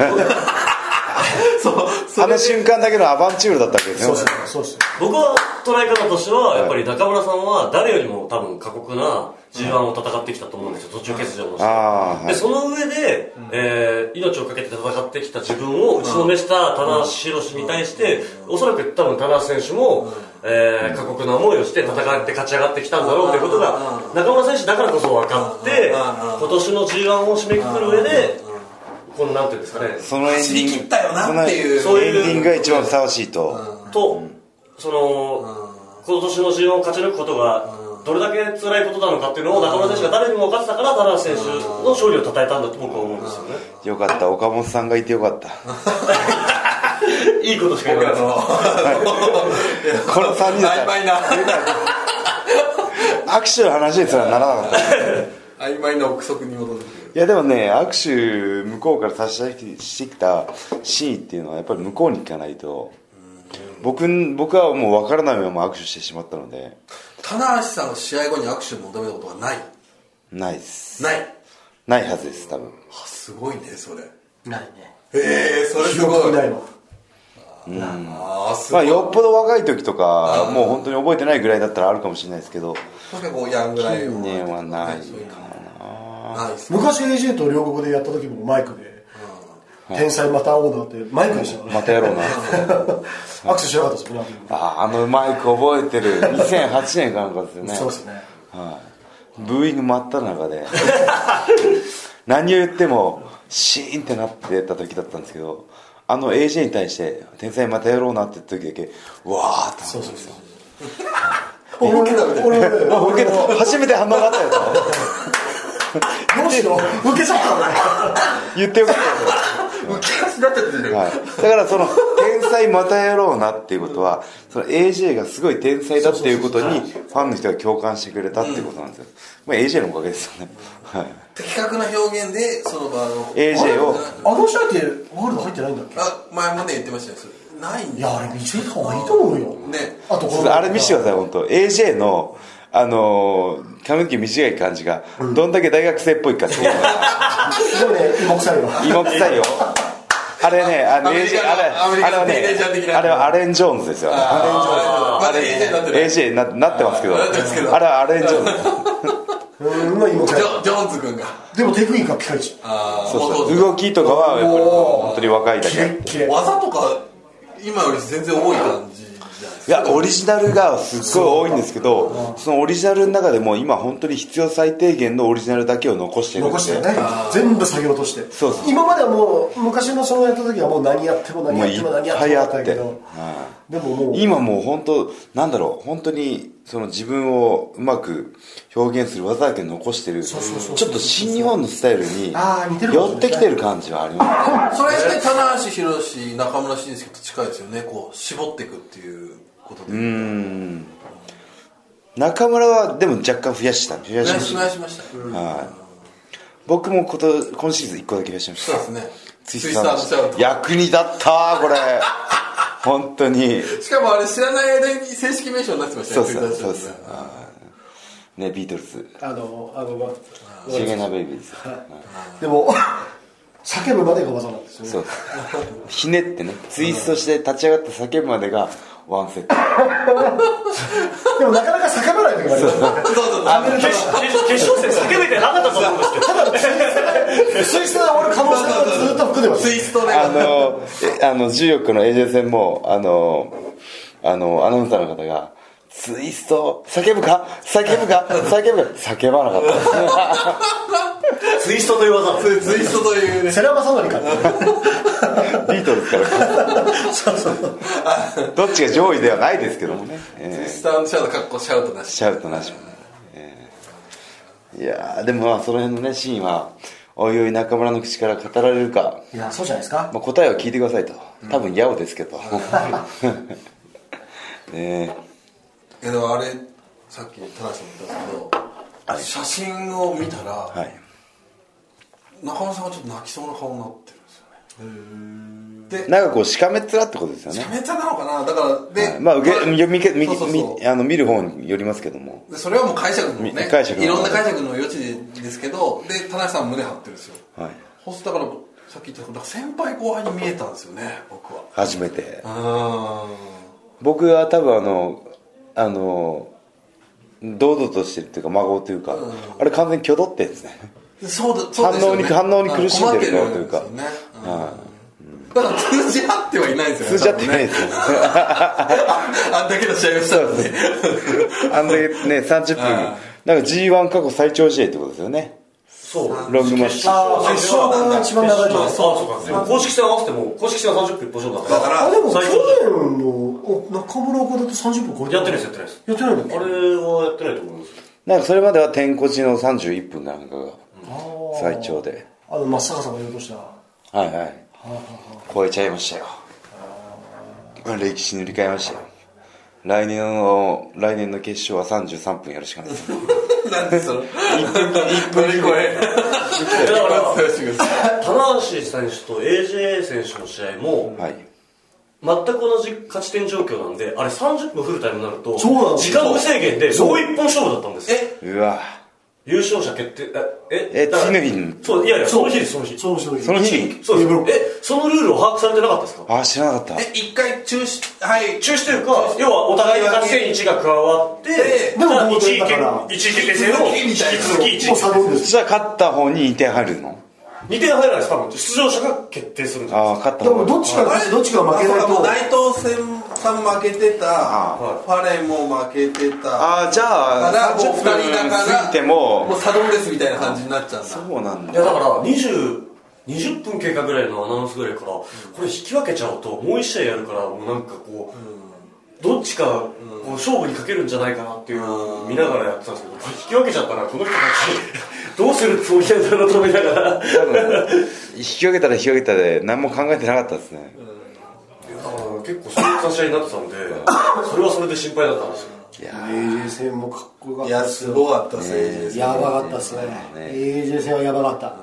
Speaker 2: そうそ
Speaker 1: あ
Speaker 2: れ
Speaker 1: の瞬間だけのアバンチュールだったわけです
Speaker 3: そ
Speaker 1: よ
Speaker 3: うそうそうそう
Speaker 4: 僕は捉え方としてはやっぱり中村さんは誰よりも多分過酷な G1 を戦ってきたと思うんですよ途中欠場もして、
Speaker 1: あーは
Speaker 4: で
Speaker 1: い
Speaker 4: その上で、えー命をかけて戦ってきた自分を打ちのめした棚橋宏に対して、おそらく多分棚橋選手も、えー過酷な思いをして戦って勝ち上がってきたんだろうということが中村選手だからこそ分かって
Speaker 2: うん
Speaker 4: 今年の G1 を締めくくる上でこのなんていうんですかね
Speaker 1: そのエンデ
Speaker 2: 走り
Speaker 1: ィ
Speaker 2: 切
Speaker 1: ン
Speaker 2: っ
Speaker 1: グ
Speaker 2: たよなっていう
Speaker 1: そのエンディングが一番ふさわしいと、
Speaker 4: と、その、今年の G1 を勝ち抜くことが、どれだけ辛いことなのかっていうのを中村選手が誰にも分かってたから、田中選手の勝利を称えたんだと僕は思うんですよね。
Speaker 1: よかった岡本さんがいてよかった
Speaker 4: いいことしか言わないです。
Speaker 1: この3人だ
Speaker 2: 曖
Speaker 1: から
Speaker 2: 昧な
Speaker 1: 握手の話にすらならなかったい
Speaker 2: 曖昧な憶測に戻ってくる
Speaker 1: やでもね握手向こうから差し出してきた真意っていうのはやっぱり向こうに行かないと僕ん僕はもう分からないまま握手してしまったので
Speaker 2: 棚橋さんの試合後に握手を求めたことがない
Speaker 1: ないです
Speaker 2: ない
Speaker 1: ないはずです多分
Speaker 2: あすごいねそれ
Speaker 3: ないね
Speaker 2: ええそれ
Speaker 3: 記
Speaker 2: す
Speaker 3: 憶
Speaker 2: ごい
Speaker 3: にないの
Speaker 2: ああす
Speaker 1: まあ
Speaker 2: ごい、
Speaker 1: よっぽど若い時とかもう本当に覚えてないぐらいだったらあるかもしれないですけど
Speaker 2: 確かにこうヤングライオン
Speaker 1: 近年はない
Speaker 2: そういう感じないっす
Speaker 3: 昔 AJ と両国でやった時もマイクで「天才また会おうな」ってマイクでしたから
Speaker 1: またやろうな
Speaker 3: アクセスしなかったですもんね
Speaker 1: ああのマイク覚えてる2008年かなんかですよね
Speaker 3: そうですね
Speaker 1: はい、ブーイング真った中 で何を言ってもシーンってなってた時だったんですけどあの AJ に対して「天才またやろうな」って時だけわーって
Speaker 3: そうそうそう俺も俺もね
Speaker 1: あ受けた初めて反応があったよと
Speaker 3: どうしよう受けち ゃったん
Speaker 1: 言ってよかった
Speaker 2: 浮き足だったってね、
Speaker 1: よ、はい、だからその「天才またやろうな」っていうことはその AJ がすごい天才だっていうことにファンの人が共感してくれたっていうことなんですよ、まあ、AJ のおかげですよね、はい、
Speaker 2: 的確な表現でその場の
Speaker 1: AJ を
Speaker 3: あの試合ってワールド入ってないんだっけ
Speaker 2: あ前もね言ってましたよそれないん
Speaker 3: い
Speaker 2: だ
Speaker 3: やあれ見つけた方がいいと思うよ
Speaker 2: ね
Speaker 3: あと
Speaker 1: ちょ
Speaker 3: こ
Speaker 1: っと
Speaker 3: の
Speaker 1: あれ見せてください本当 AJ のあのー髪の毛短い感じがどんだけ大学生っぽいかっていうのが
Speaker 3: すごいね芋臭いわ
Speaker 1: 芋臭いよあれねあの
Speaker 2: アメリ
Speaker 1: AJ
Speaker 2: カのア
Speaker 1: あ
Speaker 2: メ
Speaker 1: れあ
Speaker 2: リカ
Speaker 1: れ
Speaker 2: の
Speaker 1: はね
Speaker 2: ティーネイジャー的な
Speaker 1: あれはアレン・ジョーンズですよ
Speaker 2: あーまだ AJ になってる
Speaker 1: AJ にななってますけど
Speaker 2: なってますけど
Speaker 1: あれはアレン・ジョーンズ
Speaker 3: うんまあ芋
Speaker 2: ジ
Speaker 3: 臭い
Speaker 2: ョジョーンズ君が
Speaker 3: でもテクニックはピカイチ
Speaker 2: あー
Speaker 1: そうそう
Speaker 2: 元々
Speaker 1: 動きとかはやっぱり
Speaker 3: おー
Speaker 1: 本当に若いだ
Speaker 3: キ
Speaker 1: け
Speaker 3: レッキレ
Speaker 2: 技とか今より全然多い感じじゃないです
Speaker 1: いやオリジナルがすっごい多いんですけどそのオリジナルの中でも今本当に必要最低限のオリジナルだけを残してるんで
Speaker 3: 残してね全部下げ落として
Speaker 1: そうそう
Speaker 3: 今まではもう昔のそのやった時はもう何やっても何やっても何やってもだったけ
Speaker 1: もういっ
Speaker 3: ど
Speaker 1: ぱいあって
Speaker 3: でももう
Speaker 1: 今もう本当なんだろう本当にその自分をうまく表現する技だけ残してるちょ
Speaker 3: うそうそう
Speaker 1: っと新日本のスタイルに
Speaker 3: あー似てるかもしれな
Speaker 1: 寄
Speaker 3: い
Speaker 1: ってきてる感じはありますね
Speaker 2: それって棚橋宏中村慎介と近いですよねこう絞っていくっていうことで
Speaker 1: 中村はでも若干増やした増やしまし
Speaker 2: お願い
Speaker 1: た
Speaker 2: しました、
Speaker 1: 僕もこと今シーズン1個だけ増やしまし
Speaker 2: そう
Speaker 1: た
Speaker 2: ですね
Speaker 1: ツイスターの
Speaker 2: ツイスターのシャウト
Speaker 1: 役に立ったー これ本当に
Speaker 2: しかもあれ知らない間に正式名称になってました
Speaker 1: そ
Speaker 2: よ
Speaker 1: うそうそう
Speaker 2: ツイ
Speaker 1: そう
Speaker 2: ッターのシャウトね
Speaker 1: あーねビートルズ
Speaker 3: あのあのまあ
Speaker 1: シゲナベイビーズ
Speaker 3: でも叫ぶまでが技なんですよね
Speaker 1: そうですひねってねツイストして立ち上がって叫ぶまでがワンセット
Speaker 3: でもなかなか叫ばない時もありますよね
Speaker 2: そうそうそう
Speaker 4: 決決勝戦叫べてなかったと思うんですけど
Speaker 3: ツイスター俺可能性がずっと含んでます
Speaker 2: ツイストね
Speaker 1: あのえあの14区の AJ 戦もあのあのアナウンサーの方がツイスト叫ぶか叫ぶか叫ぶか叫ばなかったですね
Speaker 4: ツイストという技なんです
Speaker 2: ツイストというね
Speaker 3: セラマサノリ か
Speaker 1: ビートルズからどっちが上位ではないですけどもね、
Speaker 2: ツイ
Speaker 1: え
Speaker 2: スターのシャウトかっこシャウトな
Speaker 1: ー
Speaker 2: し
Speaker 1: シャウトなしもね、えーいやーでもまあその辺のねシーンはおいおい中村の口から語られるか、
Speaker 3: いやそうじゃないですか
Speaker 1: まあ、答えを聞いてくださいと多分ヤオですけど、 ねえ
Speaker 2: えでもあれさっき田無さんも言ったんですけど、写真を見たら、
Speaker 1: はい
Speaker 2: 中村さんがちょっと泣きそうな顔になってるんですよね
Speaker 1: なんかこうしかめっ面ってことですよね
Speaker 2: しゃべっちゃなのかなだからで、
Speaker 1: はいまあ受け読みけみ
Speaker 2: そうそうそう
Speaker 1: みあの見る方によりますけども
Speaker 2: でそれはもう解釈のね
Speaker 1: み解釈の
Speaker 2: いろんな解釈の余地ですけどで田中さん胸張ってるんですよ
Speaker 1: はい
Speaker 2: ほんとだからさっき言っただから先輩後輩に見えたんですよね僕は
Speaker 1: 初めて
Speaker 2: う
Speaker 1: 僕は多分あのあの堂々としてるっていうか孫というか、あれ完全に挙動ってんですね
Speaker 2: んそうだそうですよね
Speaker 1: 反応に反応に苦しんでる
Speaker 2: な
Speaker 1: な
Speaker 2: 困って
Speaker 1: というか
Speaker 2: んですよねうんだから通じ合ってはいないんですよね
Speaker 1: 通じちゃってない
Speaker 2: 多
Speaker 1: で
Speaker 2: 分ね
Speaker 1: すよ
Speaker 2: ああんだけの試合をしたらね
Speaker 1: あんだけね30分なんか G1 過去最長試合ってことですよね
Speaker 4: そう
Speaker 1: ロングマッチ
Speaker 3: ああ決勝が一番長いと
Speaker 4: そ
Speaker 3: 思
Speaker 4: う
Speaker 3: う
Speaker 4: そうかでも公式戦合わせても公式戦は30分一勝だ
Speaker 2: だ
Speaker 4: か
Speaker 2: からら
Speaker 3: あでも去
Speaker 4: 最初
Speaker 3: 年のお中村岡田って30分超え
Speaker 4: やってないですやってないです
Speaker 3: やってないんだっ
Speaker 4: あ
Speaker 3: け
Speaker 4: れはやってないと思うんですよ
Speaker 1: なんかそれまでは天こちの31分なんかが
Speaker 3: あ
Speaker 1: 最長で
Speaker 3: あの松坂さんが言おうとした
Speaker 1: はいはい超えちゃいましたよ歴史塗り替えましたよ来年の来年の決勝は33分やるしかないです
Speaker 2: なんでその
Speaker 1: 一
Speaker 2: 乗り越え
Speaker 4: だか
Speaker 2: だ
Speaker 4: ら
Speaker 2: から
Speaker 4: 棚橋選手と AJ 選手の試合も
Speaker 1: はい
Speaker 4: 全く同じ勝ち点状況なんであれ30分フルタイムになると
Speaker 3: そうなんです
Speaker 4: 時
Speaker 3: よ
Speaker 4: 間無制限でもう一本勝負だったんですよ
Speaker 2: え
Speaker 1: うわ
Speaker 4: 優勝者決定え
Speaker 1: え
Speaker 4: だから
Speaker 1: 次の日に
Speaker 4: そういやいやその日ですその日
Speaker 3: そうそう
Speaker 1: その日に
Speaker 4: そうですえそのルールを把握されてなかったですか
Speaker 1: あ知らなかった
Speaker 2: え一回中止はい
Speaker 4: 中止というか要はお互いに勝ち点1が加わって
Speaker 3: でも
Speaker 4: じゃあ
Speaker 3: 同
Speaker 4: 一
Speaker 3: 点
Speaker 4: 位
Speaker 3: だから
Speaker 4: 決一位決定戦を引き続き1位
Speaker 3: もうサドンです
Speaker 1: じゃあ勝った方に2点入るの
Speaker 4: 2点入らないです多分出場者が決定するんです
Speaker 1: ああ勝った
Speaker 3: でも
Speaker 1: 方
Speaker 3: どっちかがどっちかが負けない
Speaker 2: あそうかもう
Speaker 3: と
Speaker 2: 内藤戦さん負けてた
Speaker 1: あ
Speaker 2: ファレンも負けてた
Speaker 1: ああじゃ
Speaker 2: た
Speaker 1: あ
Speaker 2: だもう
Speaker 1: 30
Speaker 2: 二
Speaker 1: 分
Speaker 2: 人だから
Speaker 1: 過ぎて
Speaker 2: も
Speaker 1: も
Speaker 2: うサドンデスみたいな感じになっちゃうんだ
Speaker 1: そうなん
Speaker 4: いや
Speaker 1: だ
Speaker 4: だから20 20分経過ぐらいのアナウンスぐらいから、これ引き分けちゃうともう1試合やるからもうなんかこう、どっちかこう勝負にかけるんじゃないかなっていうのを見ながらやってたんですけど、これ引き分けちゃったらこの人たち どうするつもりなんだろうと思いながら
Speaker 1: 多分引き分けたら引き分けたで何も考えてなかったですね
Speaker 4: だから結構そういった試合になってたんでそれはそれで心配だったんですよ
Speaker 1: いやー
Speaker 3: AJ 戦もかっこよかっ
Speaker 2: い
Speaker 3: た
Speaker 2: や
Speaker 3: です
Speaker 2: ごかったです
Speaker 3: す
Speaker 2: ね
Speaker 3: やばかったですね AJ 戦はやばかった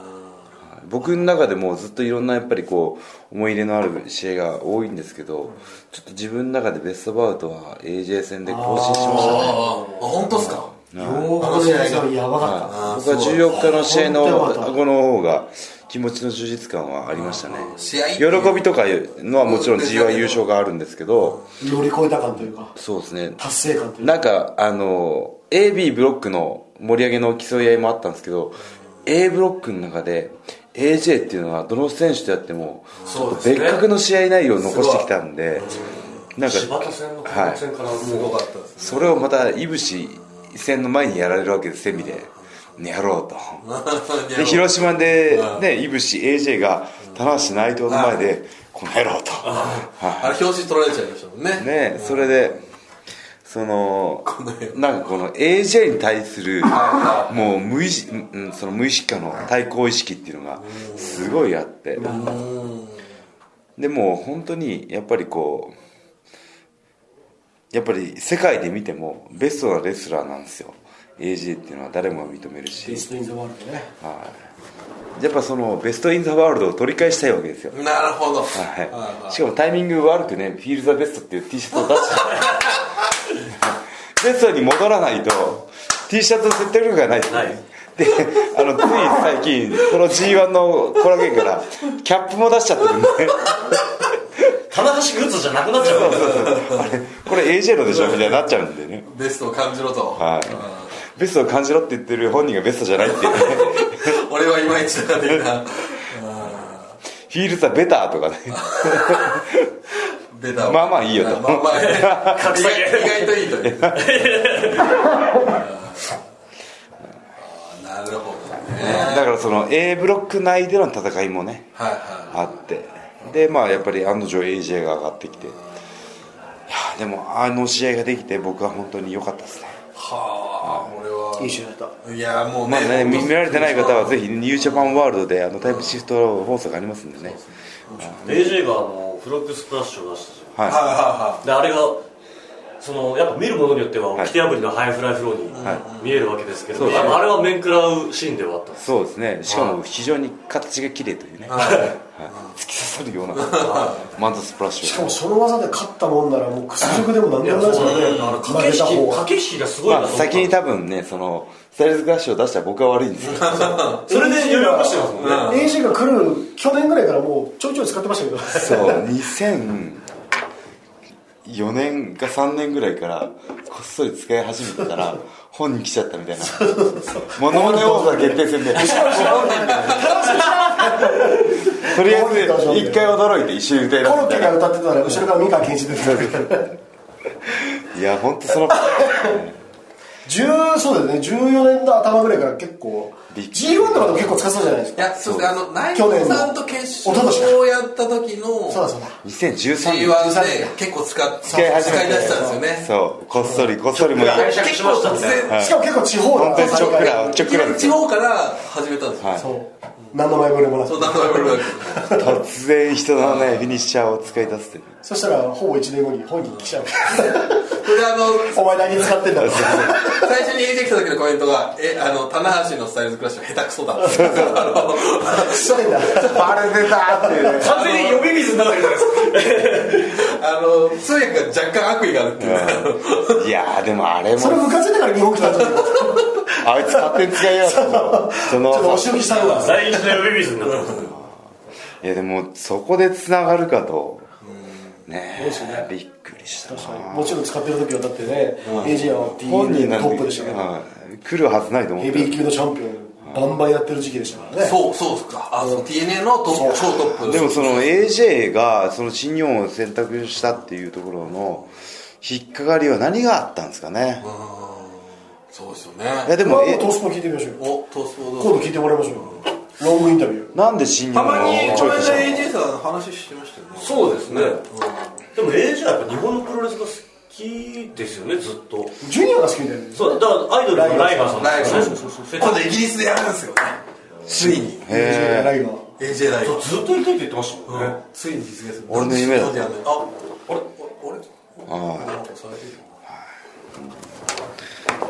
Speaker 1: 僕の中でもずっといろんなやっぱりこう思い入れのある試合が多いんですけどちょっと自分の中でベストバウトは AJ 戦で更新しました
Speaker 2: あ
Speaker 1: ね
Speaker 2: あ本当っすか
Speaker 3: 両方の試合がやばかっ
Speaker 1: 僕は14日の試合の
Speaker 3: 本当よかった
Speaker 1: 後の方が気持ちの充実感はありましたね
Speaker 2: 試合って
Speaker 1: 喜びとかいうのはもちろん g 1優勝があるんですけど
Speaker 3: た乗り越えた感というか
Speaker 1: そうですね
Speaker 3: 達成感というか
Speaker 1: なんかあの AB ブロックの盛り上げの競い合いもあったんですけど A ブロックの中で AJ っていうのはどの選手とやってもちょっと別格の試合内容を残してきたんでなんか
Speaker 4: 柴田戦の開幕戦からす
Speaker 2: す
Speaker 4: ご
Speaker 2: ご
Speaker 4: かっ
Speaker 2: かったです
Speaker 1: それをまたいぶし戦の前にやられるわけですセミでやろうとで広島でねいぶし AJ が棚橋内藤の前でこの野郎と
Speaker 2: あれ表紙取られちゃいましたもんね
Speaker 1: ねそれでその
Speaker 2: この世
Speaker 1: なんかこの AJ に対するもう無意識うんその無意識化の対抗意識っていうのがすごいあってでもう本当にやっぱりこうやっぱり世界で見てもベストなレスラーなんですよ AJ っていうのは誰もが認めるし
Speaker 3: ベストインザワールドね
Speaker 1: やっぱそのベスト・イン・ザ・ワールドを取り返したいわけですよ、
Speaker 2: なるほど、
Speaker 1: はい、しかもタイミング悪くね「フィール・ザ・ベスト」っていう T シャツを出して ベストに戻らないと T シャツの説得力がないです
Speaker 4: ない
Speaker 1: ねであのつい最近この G1 のコラボゲンからキャップも出しちゃってるんで
Speaker 4: 棚橋グッズじゃなくなっちゃうから
Speaker 1: あれこれ AJ のでしょみたいになっちゃうんでね
Speaker 2: ベストを感じろと、
Speaker 1: はいベストを感じろって言ってる本人がベストじゃないっていうね
Speaker 2: うん俺はいまいちだねな
Speaker 1: フィールザ・ベターとかね
Speaker 2: ベタを
Speaker 1: まあまあいいよと
Speaker 2: まあまあいい
Speaker 4: 格下
Speaker 2: 意
Speaker 4: げ
Speaker 2: 外といいというあーなるほどね
Speaker 1: だからその A ブロック内での戦いもね
Speaker 2: はいは
Speaker 1: あってでまあやっぱり案の定 AJ が上がってきていやーでもあの試合ができて僕は本当に良かったですね
Speaker 2: いはあ俺
Speaker 3: いい
Speaker 2: は
Speaker 3: 試合だった
Speaker 2: いやもう
Speaker 1: まあ
Speaker 2: ね,、
Speaker 1: ね見見られてない方はぜひニュージャパンワールドであのタイムシフト放送がありますんでね
Speaker 4: AJ があのフロックスプラッシュを出したじゃん
Speaker 1: はい
Speaker 2: はいは
Speaker 4: であれがそのやっぱ見るものによっては
Speaker 1: はい
Speaker 4: 規定破りのハイフライフローに見えるわけですけど、
Speaker 1: そうですね
Speaker 4: やっぱあれは面食らうシーンではあったんです
Speaker 1: そうですねしかも非常に形が綺麗というね、
Speaker 2: いはいはい
Speaker 1: はい突き刺さるようなマントスプラッ
Speaker 3: し
Speaker 1: シ
Speaker 3: か
Speaker 1: ュ
Speaker 3: もその技で勝ったもんならもう屈辱でもなんでもないですよね
Speaker 4: あれ
Speaker 3: 負
Speaker 4: 駆
Speaker 3: け
Speaker 4: け
Speaker 3: た
Speaker 4: 引
Speaker 3: 方
Speaker 4: き
Speaker 3: は
Speaker 4: 駆け引きがすごいな
Speaker 1: まあ
Speaker 4: と思った、
Speaker 1: 先に多分ねそのスタイルズクラッシュを出した僕は悪いんですけど
Speaker 4: それで余力してますもん
Speaker 2: うん
Speaker 4: ね、
Speaker 3: AJ が来る去年ぐらいからもうちょいちょい使ってましたけど
Speaker 1: そう2004年か3年ぐらいからこっそり使い始めてたら本に来ちゃったみたいなモノマネ王座決定戦でとりあえず一回驚いて一緒に歌い出すみ
Speaker 3: コロッ
Speaker 1: た
Speaker 3: ケ
Speaker 1: い
Speaker 3: が
Speaker 1: な
Speaker 3: 歌ってたら後ろから三河健一出てた
Speaker 1: いや本当その
Speaker 3: 10そうだよね14年の頭ぐらいから結構
Speaker 1: びっくり
Speaker 3: G1 とかでも結構使ってたじゃないです
Speaker 2: い
Speaker 3: か
Speaker 2: やそうですねあの内
Speaker 3: 去年の
Speaker 2: 藤さんと決
Speaker 3: おととしか
Speaker 2: 勝をやった時の
Speaker 3: そうだそうだ
Speaker 1: 2013
Speaker 2: G1
Speaker 1: 年
Speaker 2: で結構使っ
Speaker 1: 使い始めて
Speaker 2: 使い出したんですよね
Speaker 1: そうこっそりこっそりもう
Speaker 4: 解釈し
Speaker 2: 結
Speaker 4: ま
Speaker 2: 構
Speaker 4: した
Speaker 2: 突
Speaker 4: んで
Speaker 2: 然、
Speaker 1: はい
Speaker 3: しかも結構地方だ
Speaker 1: 本当
Speaker 3: った
Speaker 1: にチョックラチョ
Speaker 2: い
Speaker 1: ッ
Speaker 2: き
Speaker 1: ク
Speaker 2: な
Speaker 1: ラ
Speaker 2: り
Speaker 1: です
Speaker 2: 地
Speaker 1: よ
Speaker 2: 方から始めたんですよ、
Speaker 1: はい
Speaker 3: そう何の前触れもな
Speaker 2: そう
Speaker 3: く
Speaker 2: だから俺は
Speaker 1: 突然人のねフィニッシャーを使い出すっていう
Speaker 3: そしたらほぼ1年後に本人来ちゃう
Speaker 2: それであの
Speaker 3: お前何使ってんだろう
Speaker 2: 最初に AJ 来た時のコメントが「えあの棚橋のスタイルズクラッシュは下手くそだ」
Speaker 3: クソだ
Speaker 1: バレてたーっていうね
Speaker 4: 完全に呼び水になってるじゃない
Speaker 2: あの通訳が若干悪意があるっていうね
Speaker 1: いやーでもあれ
Speaker 3: それ
Speaker 1: も
Speaker 3: ムカついてから日本来たんじゃないち
Speaker 1: あいつ勝手に使いやがったぞそ
Speaker 3: ょっとお
Speaker 1: の
Speaker 3: 仕置きしたの
Speaker 4: です
Speaker 3: が
Speaker 4: か最初の呼び水になってます
Speaker 1: いやでもそこでつながるかとねえびっくりした
Speaker 3: もちろん使ってる時はだってね AJ は T
Speaker 1: 本人な
Speaker 3: の
Speaker 1: ん
Speaker 3: ト
Speaker 1: て
Speaker 3: ップでしたから
Speaker 1: はい来るはずないと思っ
Speaker 3: ヘ
Speaker 1: て
Speaker 3: ビー
Speaker 1: る
Speaker 3: 級のチャンピオンバンバンやってる時期でしたからね
Speaker 2: そうそうっすかあそう TNA のトップ超トップ
Speaker 1: でもその AJ がその新日本を選択したっていうところの引っかかりは何があったんですかね
Speaker 2: そうですよ
Speaker 1: いや
Speaker 2: ね
Speaker 1: で
Speaker 3: でも
Speaker 1: もえ
Speaker 3: トースポ聞いてみましょうよ
Speaker 2: おトースポどう
Speaker 3: 今度聞いてもらいましょうよロングインタビュー
Speaker 1: なんで新日
Speaker 2: た
Speaker 1: 本を
Speaker 2: まに
Speaker 1: チ
Speaker 2: こ
Speaker 1: ョイ
Speaker 2: の間
Speaker 1: スしたの
Speaker 2: AJ さん話してましたよね
Speaker 4: そうですね、でも AJ はやっぱ日本のプロレスが好きですよねずっと
Speaker 3: ジュニアが好きみたいな
Speaker 4: そうだからアイドルのライガーさん
Speaker 2: ライガーさん
Speaker 4: ですよねで
Speaker 2: 今度イギリスでやるんですよねついに
Speaker 1: へー
Speaker 3: ライガー
Speaker 2: AJ ライ
Speaker 4: そうずっといたいって言ってましたもんね、
Speaker 2: ブついに実現する
Speaker 1: 俺の夢だった
Speaker 2: ああれ俺あ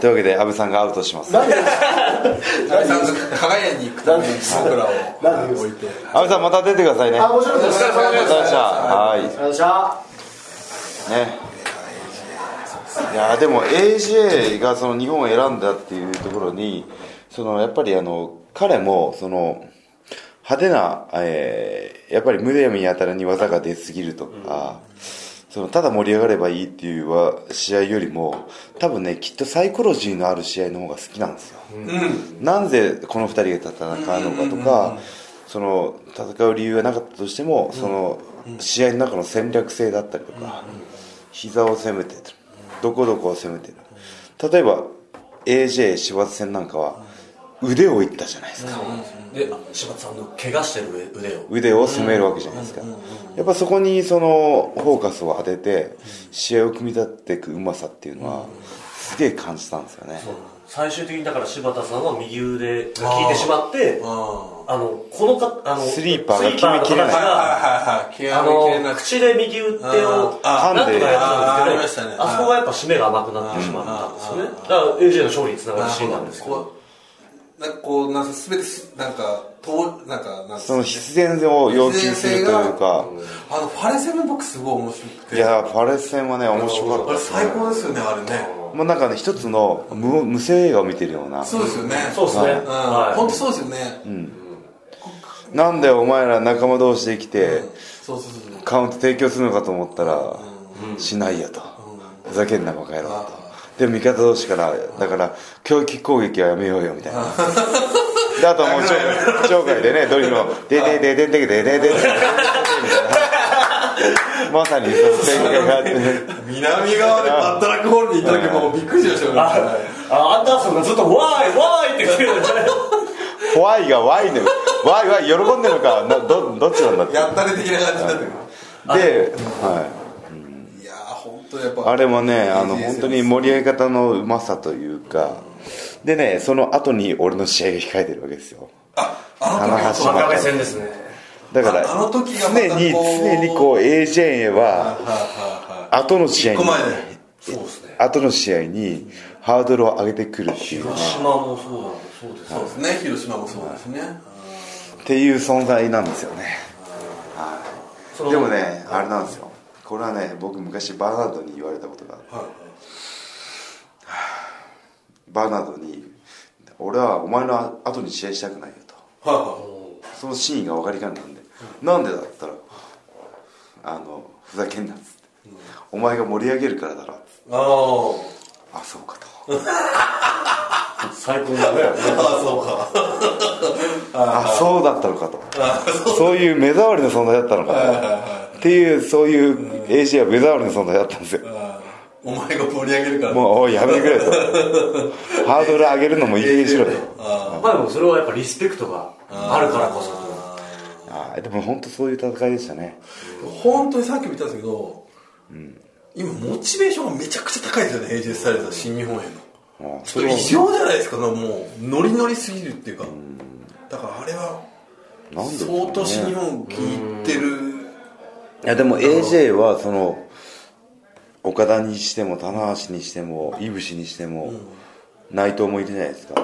Speaker 1: というわけで安倍さんがアウトします安
Speaker 3: なんで
Speaker 2: れさんが加賀屋に行くために僕ら
Speaker 3: なん
Speaker 2: を
Speaker 3: で
Speaker 2: 置いて
Speaker 1: 倍さんまた出てくださいね
Speaker 3: あ
Speaker 1: あ
Speaker 3: 面白かったです
Speaker 2: お疲れ様
Speaker 1: りがと
Speaker 2: で
Speaker 1: うございましたはい
Speaker 3: ありがとうございました
Speaker 1: ねいやーでも AJ がその日本を選んだっていうところにそのやっぱりあの彼もその派手な、えーやっぱりむやみに当たるに技が出すぎるとか、そのただ盛り上がればいいっていうわ試合よりも多分ねきっとサイコロジーのある試合の方が好きなんですよ。
Speaker 2: うん
Speaker 1: なんでこの2人が戦うのかとか、その戦う理由がなかったとしても、その試合の中の戦略性だったりとか、膝を攻めてる、どこどこを攻めてる、例えば AJ 芝津戦なんかは、腕をいったじゃないですか、
Speaker 4: で柴田さんの怪我してる腕を
Speaker 1: 腕を攻めるわけじゃないですか、やっぱそこにそのフォーカスを当てて試合を組み立てていくうまさっていうのはすげえ感じたんですよね、
Speaker 4: 最終的にだから柴田さんは右腕が効いてしまってあのこのかあの
Speaker 1: スリーパーが
Speaker 4: スリの
Speaker 1: 決めきれない
Speaker 4: 形が
Speaker 2: はいはい
Speaker 4: あ
Speaker 2: はいはい
Speaker 4: の口で右腕を
Speaker 1: あー
Speaker 4: なんとかやったんですけ
Speaker 2: あーありましたね
Speaker 4: どあそこがやっぱ締めが甘くなってしまったんですよねだから AJ の勝利につながるシーンなんですけど
Speaker 2: こうなんかこうなんか全てすなんかとなんかなん
Speaker 1: その必然を要求するというか、
Speaker 2: あのファレセブン僕すごい面白くて
Speaker 1: いやーパレス戦はね面白かっ
Speaker 2: あ
Speaker 1: た
Speaker 2: れ
Speaker 1: です
Speaker 2: 最
Speaker 1: ね
Speaker 2: 高ですよねあれね
Speaker 1: もうなんかね一つの無無声映画を見てるような
Speaker 2: そうですよね
Speaker 4: そうですね
Speaker 2: うん
Speaker 4: はい
Speaker 2: 本当そうですよね
Speaker 1: なんでお前ら仲間同士で来て
Speaker 2: そうそうそうそう
Speaker 1: カウント提供するのかと思ったら、しないよと、ふざけんなバカ野郎と、でも味方同士からだから狂気攻撃はやめようよみたいな、であともう場外でねドリルの「ででででででででで」みたいなまさにその展開があって
Speaker 2: 南側でバッタラックホールに行った時もうびっくりしましたよね
Speaker 4: ああアンダーソンがずっと「わーいわーい!」って言ってる
Speaker 1: 「怖いがワイの「ワイワイ喜んでるのかなどどっちなんだ」って
Speaker 2: やったれ的な感じになってくる
Speaker 1: で、はい
Speaker 2: いやー本当やっぱ
Speaker 1: あれもね、あの
Speaker 2: いいです
Speaker 1: 本
Speaker 2: よ
Speaker 1: 当に盛り上げ方のうまさというか、でね、その後に俺の試合が控えてるわけですよ、
Speaker 2: ああの時
Speaker 1: 棚橋
Speaker 4: 真壁
Speaker 1: 真
Speaker 4: 戦ですね
Speaker 1: だから、
Speaker 2: ああの時がまた
Speaker 1: 常に、
Speaker 2: こう
Speaker 1: 常にこう、AJ へは、
Speaker 2: はいはいはい
Speaker 1: 後の試合
Speaker 2: 一個
Speaker 1: に、
Speaker 2: 前で
Speaker 4: そうですね
Speaker 1: 後の試合にハードルを上げてくるっていうね、
Speaker 4: 広島もそうそうです
Speaker 2: そうですね広島もそうですね
Speaker 1: っていう存在なんですよね。
Speaker 4: その
Speaker 1: でもね、あれなんですよ、これはね、僕、昔、バーナードに言われたことがあって、
Speaker 2: はい
Speaker 1: バーナードに、俺はお前の後に試合したくないよと。
Speaker 2: はいはい
Speaker 1: その真意が分かりかねたんで、なんでだって言ったら、あの、ふざけんなっつって、お前が盛り上げるからだろっつって、
Speaker 2: あー
Speaker 1: あ、そうかと、
Speaker 4: 最高だね
Speaker 2: あーそうか
Speaker 1: あ、そうだったのかと、そういう目障りの存在だったのかと、っていう、そういう AJ は目障りの存在だったんですよ。
Speaker 2: あーお前が盛り上げるから
Speaker 1: もう、おい、やめてく れと、ハードル上げるのもいい加減にしろと。
Speaker 4: まあでもそれはやっぱリスペクトがあるからこそ
Speaker 1: あでも本当そういう戦いでしたね。
Speaker 2: 本当にさっきも言ったんですけど、今モチベーションがめちゃくちゃ高いですよね AJ スタイルズは新日本への
Speaker 1: もう
Speaker 2: ちょっと異常じゃないですかもうノリノリすぎるっていうか、だからあれは
Speaker 1: なんでですかね
Speaker 2: 相当新日本聞いてる、
Speaker 1: いやでも AJ はその岡田にしても棚橋にしても井伏にしても内藤もいるじゃないですか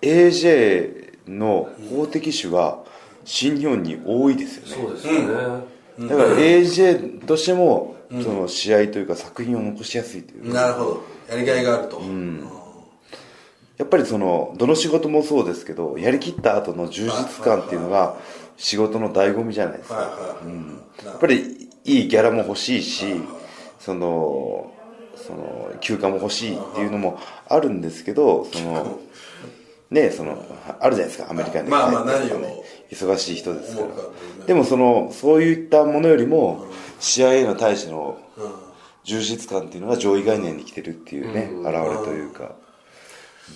Speaker 1: AJ の法的手が新日本に多いですよね
Speaker 4: そうですよね
Speaker 1: だから AJ としてもその試合というか作品を残しやすいというか
Speaker 2: なるほどやりがいがあると、
Speaker 1: やっぱりそのどの仕事もそうですけどやりきった後の充実感っていうのが仕事の醍醐味じゃないですか
Speaker 2: はいはい、
Speaker 1: やっぱりいいギャラも欲しいし、その、その、休暇も欲しいっていうのもあるんですけど、その、ね、その、あるじゃないですか、アメリカに、
Speaker 2: まあまあ
Speaker 1: 帰ってとか
Speaker 2: 何
Speaker 1: ね
Speaker 2: を
Speaker 1: 忙しい人ですから
Speaker 2: 思うかという。ね
Speaker 1: でもその、そういったものよりも、試合への対しての充実感っていうのが上位概念に来てるっていうね、現れというか。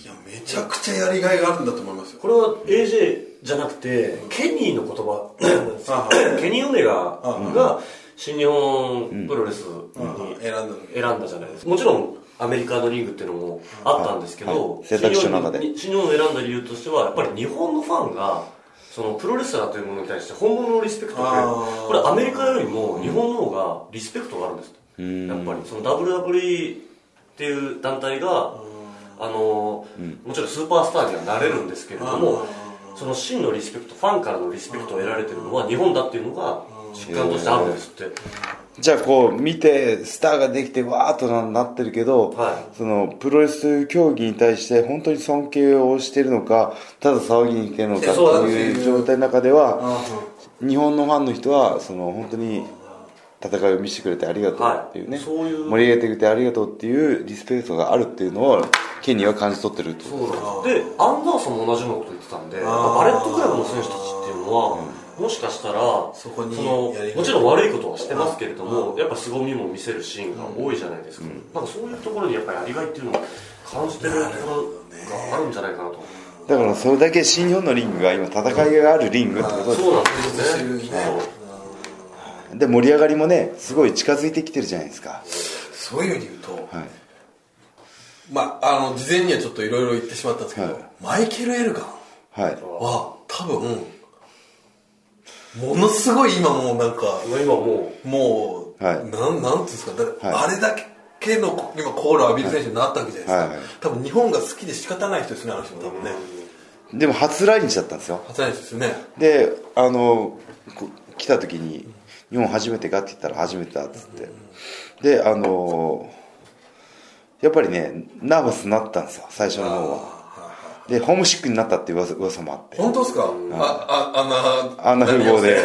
Speaker 2: いやめちゃくちゃやりがいがあるんだと思いますよ
Speaker 4: これは AJ じゃなくてケニーの言葉ケニー・オメガが新日本プロレスに
Speaker 2: 選んだの
Speaker 4: 選んだじゃないですかもちろんアメリカのリーグっていうのもあったんですけ
Speaker 1: は
Speaker 4: ど
Speaker 1: い選択肢の中で
Speaker 4: 新日本を選んだ理由としてはやっぱり日本のファンがそのプロレスラーというものに対して本物のリスペクトで
Speaker 2: あー
Speaker 4: これアメリカよりも日本の方がリスペクトがあるんですやっぱりその WWE っていう団体があのもちろんスーパースターにはなれるんですけれどもその真のリスペクトファンからのリスペクトを得られてるのは日本だっていうのが実感としてあるんですって
Speaker 1: じゃあこう見てスターができてわーっとななってるけど、
Speaker 4: は
Speaker 1: そのプロレスという競技に対して本当に尊敬をしてるのかただ騒ぎに来てるのかって
Speaker 4: そうなん
Speaker 2: で
Speaker 1: いう
Speaker 2: すよ
Speaker 1: 状態の中では日本のファンの人はその本当に戦いを見せてくれてありがとうっていうね、
Speaker 4: はいそういう
Speaker 1: 盛り上げてくれてありがとうっていうリスペクトがあるっていうのをケニーは感じ取ってるってこと
Speaker 4: そうなんですでアンダーソンも同じようなこと言ってたんでバレットクラブの選手たちっていうのは、もしかしたら
Speaker 2: そこに
Speaker 4: の
Speaker 2: やりがい
Speaker 4: もちろん悪いことはしてますけれども、やっぱ凄みも見せるシーンが多いじゃないですか、なんかそういうところにやっぱりやりがいっていうのを感じてるとこがあるんじゃないかなと。
Speaker 1: だからそれだけ新日本のリングが今戦いがあるリングってことです
Speaker 4: そうなんですよね。
Speaker 1: で盛り上がりもねすごい近づいてきてるじゃないですか
Speaker 2: そういうふうに言うと、
Speaker 1: はい
Speaker 2: まあ、あの事前にはちょっといろいろ言ってしまったんですけど、
Speaker 1: はい
Speaker 2: マイケル・エルガン
Speaker 1: はい
Speaker 2: は多分ものすごい今もうなんか
Speaker 4: 今も
Speaker 2: もう、
Speaker 1: はい
Speaker 2: なんなんていうんですか、だ
Speaker 1: はい
Speaker 2: あれだけの今コールを浴びる選手になったわけじゃないですか、多分日本が好きで仕方ない人ですねあの人も多分ね
Speaker 1: でも初来日だったんですよ
Speaker 2: 初ない人ですよね
Speaker 1: であのこ来た時に「日本初めてか?」って言ったら「初めてだ」っつってであのやっぱりねナーバスになったんですよ最初の方はでホームシックになったって噂噂もあって
Speaker 2: 本当ですか、あああ
Speaker 1: あん
Speaker 2: んな
Speaker 1: な風貌で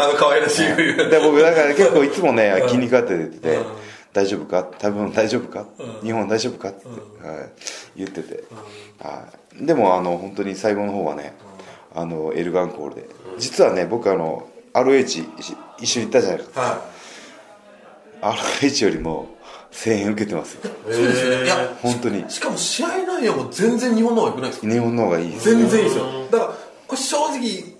Speaker 2: あの可愛らしい冬
Speaker 1: で僕だから結構いつもね気にかかって出てて「大丈夫か食べ物大丈夫か日本大丈夫か?」ってはい言っててはいでもあの本当に最後の方はねあのエルガンコールで実はね僕あの ROH 一一緒に行ったじゃないですか
Speaker 2: は
Speaker 1: ROH よりも声援受けてますよ
Speaker 2: い、そうですよねいや
Speaker 1: 本当に
Speaker 2: しかも試合内容も全然日本の方が良くないですか
Speaker 1: 日本の方がいいです
Speaker 2: 全然いいですよだからこれ正直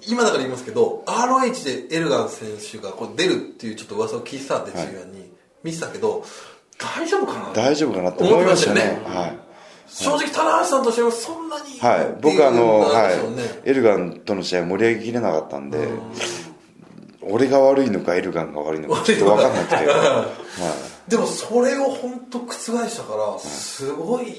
Speaker 2: 今だから言いますけど ROH でエルガン選手がこう出るっていうちょっと噂を聞いてたんで中盤に見てたけど大丈夫かな
Speaker 1: 大丈夫かなって思いましたね
Speaker 2: 思ってましたよ
Speaker 1: はい
Speaker 2: 正直棚橋さんとしてはそんなに
Speaker 1: はい、僕あの、
Speaker 2: は
Speaker 1: はい、エルガンとの試合盛り上げきれなかったんで、俺が悪いのかエルガンが悪いのかちょっと分かんなくて、 はい、
Speaker 2: でもそれを本当覆したからすごい、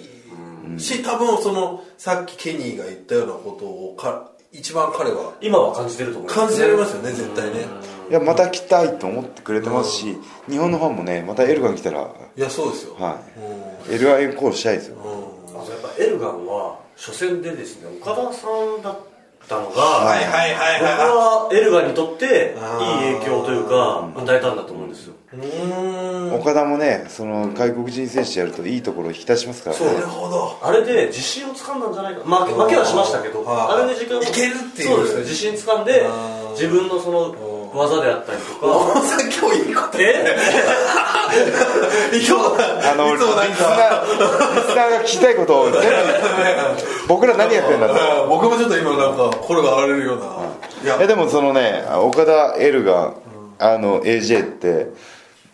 Speaker 2: し多分そのさっきケニーが言ったようなことをか一番彼は
Speaker 4: う、今は感じてると思います、
Speaker 2: 感じられますよね絶対ね
Speaker 1: いやまた来たいと思ってくれてますし、日本のファンもねまたエルガン来たら、
Speaker 2: いやそうですよ、
Speaker 1: は
Speaker 2: うん
Speaker 1: い、エルガンコールしたいですよ、
Speaker 4: あとやっぱエルガンは初戦でですね岡田さんだったのが、
Speaker 2: はいはいはいはい
Speaker 4: 僕はエルガンにとっていい
Speaker 2: あー
Speaker 4: 影響というか与えたんだと思うんですよ
Speaker 2: うーん
Speaker 1: 岡田もねその外国人選手とやるといいところを引き出しますからね
Speaker 4: そう
Speaker 2: なるほど
Speaker 4: あれで自信をつかんだんじゃないか負け負けはしましたけど
Speaker 2: あ
Speaker 4: あ
Speaker 2: ー
Speaker 4: れで時間を
Speaker 2: いけるっていう
Speaker 4: そうですね自信つかんで
Speaker 2: あー
Speaker 4: 自分のその技であったりとか
Speaker 2: 大さん今日いいこと言う
Speaker 4: え
Speaker 1: あのリスナーリス
Speaker 2: いつもいつもなんか
Speaker 1: ナーが聞きたいこと を全部僕ら何やってんだって
Speaker 2: うん僕もちょっと今なんか心が荒れるようないや
Speaker 1: いやでもそのね岡田エルが、あの AJ って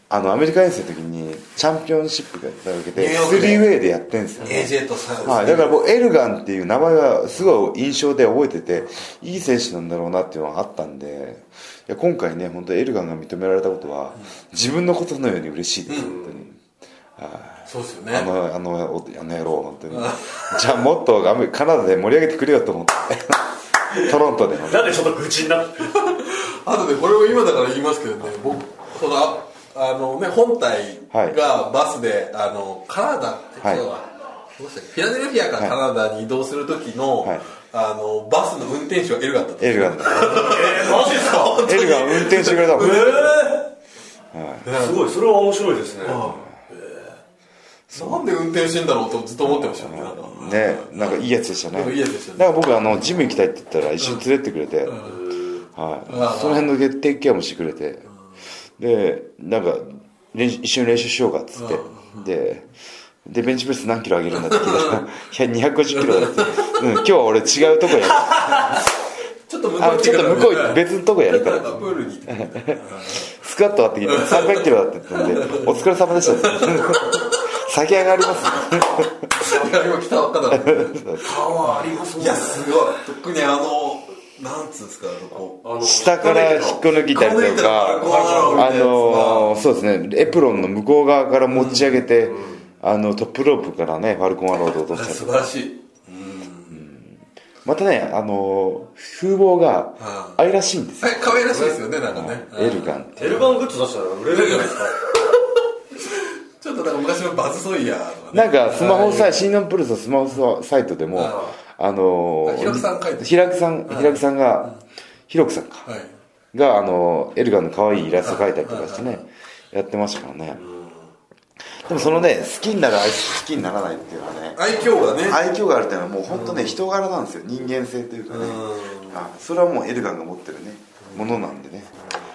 Speaker 1: あのアメリカ遠征の時にチャンピオンシップがやったけ
Speaker 2: ニ
Speaker 1: で
Speaker 2: ューヨー
Speaker 1: ス
Speaker 2: ク
Speaker 1: リ
Speaker 2: で
Speaker 1: ーウェイでやってんですよ、
Speaker 2: AJ とさ
Speaker 1: はい、だから僕エルガンっていう名前はすごい印象で覚えてていい選手なんだろうなっていうのがあったんでいや今回ね本当エルガンが認められたことは自分のことのように嬉しいです、本当に
Speaker 2: そうですよ
Speaker 1: あ
Speaker 2: ね
Speaker 1: のあのおあの野郎本当にじゃあもっとアメカナダで盛り上げてくれよと思って トロントで
Speaker 4: なんでちょっと愚痴に なって
Speaker 2: あとでこれを今だから言いますけどね僕そのああのね本体がバスで、あのカナダ
Speaker 1: はい
Speaker 2: そうだどうしたっけフィラデルフィアからカナダに移動する時の、
Speaker 1: はい
Speaker 2: あのバスの運転手はエルガンだった
Speaker 1: エルガンだ
Speaker 4: えー、マジですか
Speaker 1: エルガン運転してくれ たもん
Speaker 4: すごいそれは面白いですね
Speaker 2: なんで運転してんだろうとずっと思ってましたねなんか
Speaker 1: ねなんかいいやつでしたね
Speaker 2: でもいいやつでしたね
Speaker 1: だから僕あのジム行きたいって言ったら一緒に連れてってくれて、はい、その辺の決定ケアもしてくれて、でなんか練習一緒に練習しようかっつって、ででベンチプレス何キロ上げるんだって聞いたら「いや250キロだ」って「うん今日は俺違うとこやる」
Speaker 2: ちょっと向
Speaker 1: あちょっと向こう行って
Speaker 2: 別
Speaker 1: 別のとこやるから
Speaker 2: プー ルに行って
Speaker 1: スクワット終わってきて300キロだって言ったんで「お疲れ様でした」って 「先上がります」
Speaker 2: 今来たばっかだ
Speaker 4: パワーありますも
Speaker 2: い
Speaker 4: んね
Speaker 2: やすごい特にあのなんつうんですかあのこう
Speaker 4: あの
Speaker 1: 下から引っこ抜いたりとか、あのーそうですね、エプロンの向こう側から持ち上げて、あのトップロープからね、ファルコンアロードを落としたり
Speaker 2: 素
Speaker 1: とか、
Speaker 2: 晴らしい
Speaker 1: またね、あのー風貌が愛らしいんですよ、
Speaker 2: はい可愛らしいですよねなんかね
Speaker 1: エルガンって。
Speaker 4: エルガングッズ出したら売れるんじゃないですか
Speaker 2: ちょっとなんか昔のバズソイヤーとかね
Speaker 1: なんかスマホさえ、新日本プロレスのスマホサイトでも、あのー
Speaker 2: あ平久さん書いてる
Speaker 1: 平久さん、平久さんが、広くさんか、
Speaker 2: はい
Speaker 1: が、あの、エルガンの可愛いイラスト描いたりとかしてね、やってましたからね。でもそのね、好きになる愛想、好きにならないっていうのはね、
Speaker 2: 愛嬌がね
Speaker 1: 愛嬌があるっていうのはもう本当ね、人柄なんですよ。人間性というかね。あそれはもうエルガンが持ってるね、ものなんでね。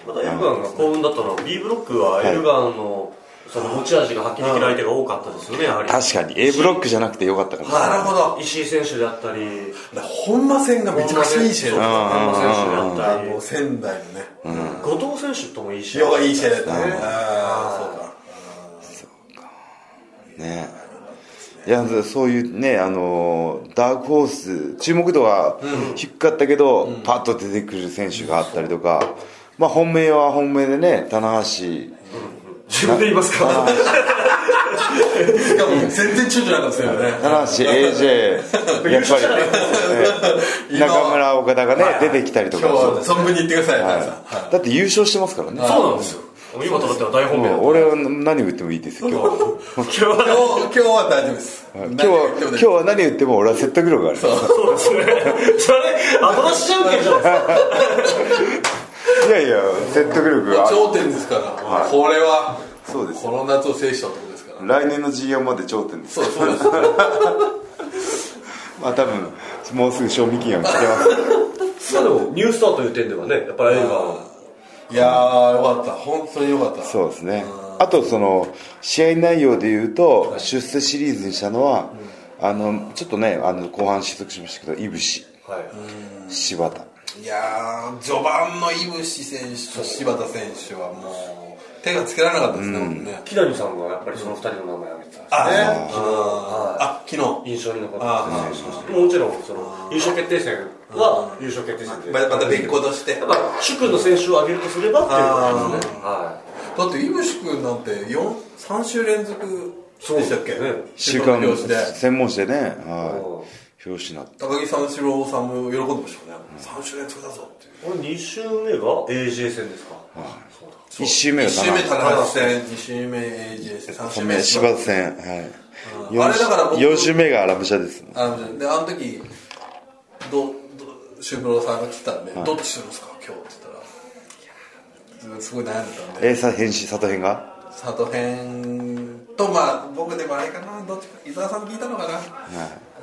Speaker 4: まだエルガンが幸運だったのは B ブロックはエルガンのその持ち味が発揮できる相手が多かったですよね、やはり。
Speaker 1: 確かに A ブロックじゃなくてよかったかもしれ
Speaker 2: なる
Speaker 1: な
Speaker 2: ほど
Speaker 4: 石井選手であったり、
Speaker 2: だから本間戦がめちゃくちゃいい試合だっ
Speaker 4: 本間選手であったた
Speaker 2: あ
Speaker 4: り、
Speaker 2: の仙台のね
Speaker 4: 後藤選手ともいい試合
Speaker 2: 塩がいい試合だったね
Speaker 4: ね
Speaker 2: ああ
Speaker 1: いねいやそういうねあのダークホース注目度は低かったけど、パッと出てくる選手があったりとか、まあ本命は本命でね棚橋
Speaker 4: 自分で言いますか
Speaker 2: そうかしかも全然躊躇なかったですよね
Speaker 1: 棚橋 AJ やっぱり、ね、
Speaker 2: 今
Speaker 1: 中村岡田がね出てきたりと
Speaker 2: 今日
Speaker 1: か
Speaker 2: は存分に言ってください皆さんはい
Speaker 1: だって優勝してますからね
Speaker 4: そうなんですよ。今となっては大本命だ
Speaker 1: もう
Speaker 4: と
Speaker 1: 俺は何を言ってもいいですよ今日は
Speaker 4: 今日は
Speaker 2: 今日今日は大丈夫です
Speaker 1: 今日は今日は何言っても俺は説得力がある
Speaker 4: そうですね。それ、後出しじゃんけんじゃない ですか。
Speaker 1: いやいや説得力がある
Speaker 2: 頂点ですからこれは
Speaker 1: そうです
Speaker 2: この夏を制した男ですから
Speaker 1: 来年の GM まで頂点です
Speaker 2: そうそうです
Speaker 1: まあ多分もうすぐ賞味期限を切ってます
Speaker 4: まあでも、ニュースターという点ではね、やっぱり映画、
Speaker 2: いやーよかった本当によかった
Speaker 1: そうですねあとその試合内容で言うと出世シリーズにしたのはあのちょっとねあの後半失速しましたけどいぶし
Speaker 4: はい。
Speaker 1: 柴田
Speaker 2: いやー序盤の井伏選手と柴田選手はもう手がつけられなかったですね、本当ね
Speaker 4: 木谷さんがやっぱりその二人の名前を挙げてたんですね。
Speaker 2: あねあ昨日
Speaker 4: 印象に残って
Speaker 2: あ
Speaker 4: た選手としてもちろんその優勝決定戦は優勝決定戦で
Speaker 2: ままた別個として
Speaker 4: や
Speaker 2: だ
Speaker 4: っぱ主君の選手を挙げるとすればっていうことですねはい
Speaker 2: って井伏君なんて3週連続でしたっけ
Speaker 4: そうです
Speaker 1: 週
Speaker 2: 間
Speaker 1: 刊
Speaker 2: 表紙で
Speaker 1: 専門誌でね
Speaker 4: うん
Speaker 1: はい表紙になって
Speaker 2: 高木三四郎さんも喜んでましたよね、3週連続だぞっていう
Speaker 4: これ2周目が AJ 戦ですかそうだ
Speaker 1: 1周目が
Speaker 2: 1週目
Speaker 1: 田中
Speaker 2: 田中戦2週目 AJ 戦3週目
Speaker 1: 柴田戦はい
Speaker 2: うんあれだから僕
Speaker 1: 4周目がアラムシャですね
Speaker 2: あのであの時どど修プロさんが来てたんで、どっちするんですか今日って言ったらすごい悩んでたんで
Speaker 1: えさ編集里編が
Speaker 2: 佐藤編とまあ僕でもあれかなどっちか伊沢さん聞いたのかな、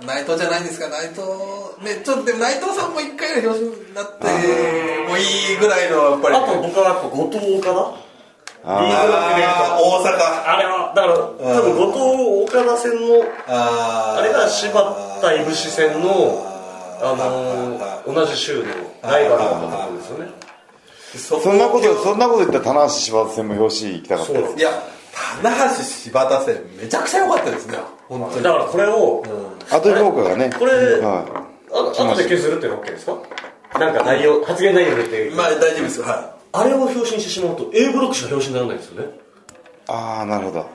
Speaker 2: 内藤じゃないんですか内藤ねちょっとでも内藤さんも一回ぐらい表紙になってもういいぐらいのやっぱり
Speaker 4: あと僕はやっぱ後藤岡田リーグワンで言う
Speaker 2: あ
Speaker 4: と
Speaker 2: ー大阪
Speaker 4: あれはだから多分後藤岡田戦の
Speaker 2: あー
Speaker 4: あれが柴田いぶし戦のあ
Speaker 2: ーあ
Speaker 4: のー同じ週のライバルだったと思うんですよね
Speaker 2: そ
Speaker 1: そんなことそんなこと言ったら棚橋柴田戦も表紙行きたかったです
Speaker 2: いや棚橋柴田戦めちゃくちゃ良かったですね本当に
Speaker 4: だからこれを
Speaker 1: 後評価がね
Speaker 4: これ、
Speaker 1: は
Speaker 4: あ後で削るっていうのは OK ですかなんか内容、発言内容でっていう、
Speaker 2: まあ大丈夫ですよは
Speaker 4: あれを表紙にしてしまうと A ブロックしか表紙にならないんですよね
Speaker 1: いああなるほど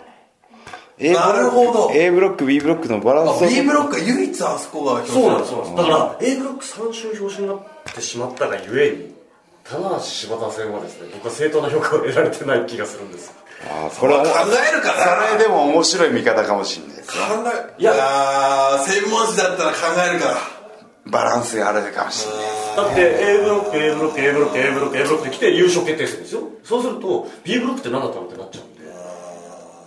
Speaker 1: A
Speaker 2: なるほど
Speaker 1: A ブロック B ブロックのバランス
Speaker 2: いあ B ブロ
Speaker 1: ク
Speaker 2: ックが唯一あそこが表
Speaker 4: そうなんですすそうなんですだから A ブロック3周表紙になってしまったがゆえに棚橋柴田戦はですね僕は正当な評価を得られてない気がするんです
Speaker 1: あー
Speaker 2: こ
Speaker 1: これ
Speaker 2: れ
Speaker 1: は
Speaker 2: 考えるか
Speaker 1: そ
Speaker 2: な
Speaker 1: れでも面白い見方かもしれないです
Speaker 2: 考え
Speaker 4: い
Speaker 2: い
Speaker 4: や
Speaker 2: やー専門誌だったら考えるから
Speaker 1: バランスがあるかもしれないです
Speaker 4: だって A ブロック A ブロック A ブロック A ブロック A ブロックで来て優勝決定戦ですよそうすると B ブロックって何だったのってなっちゃうんで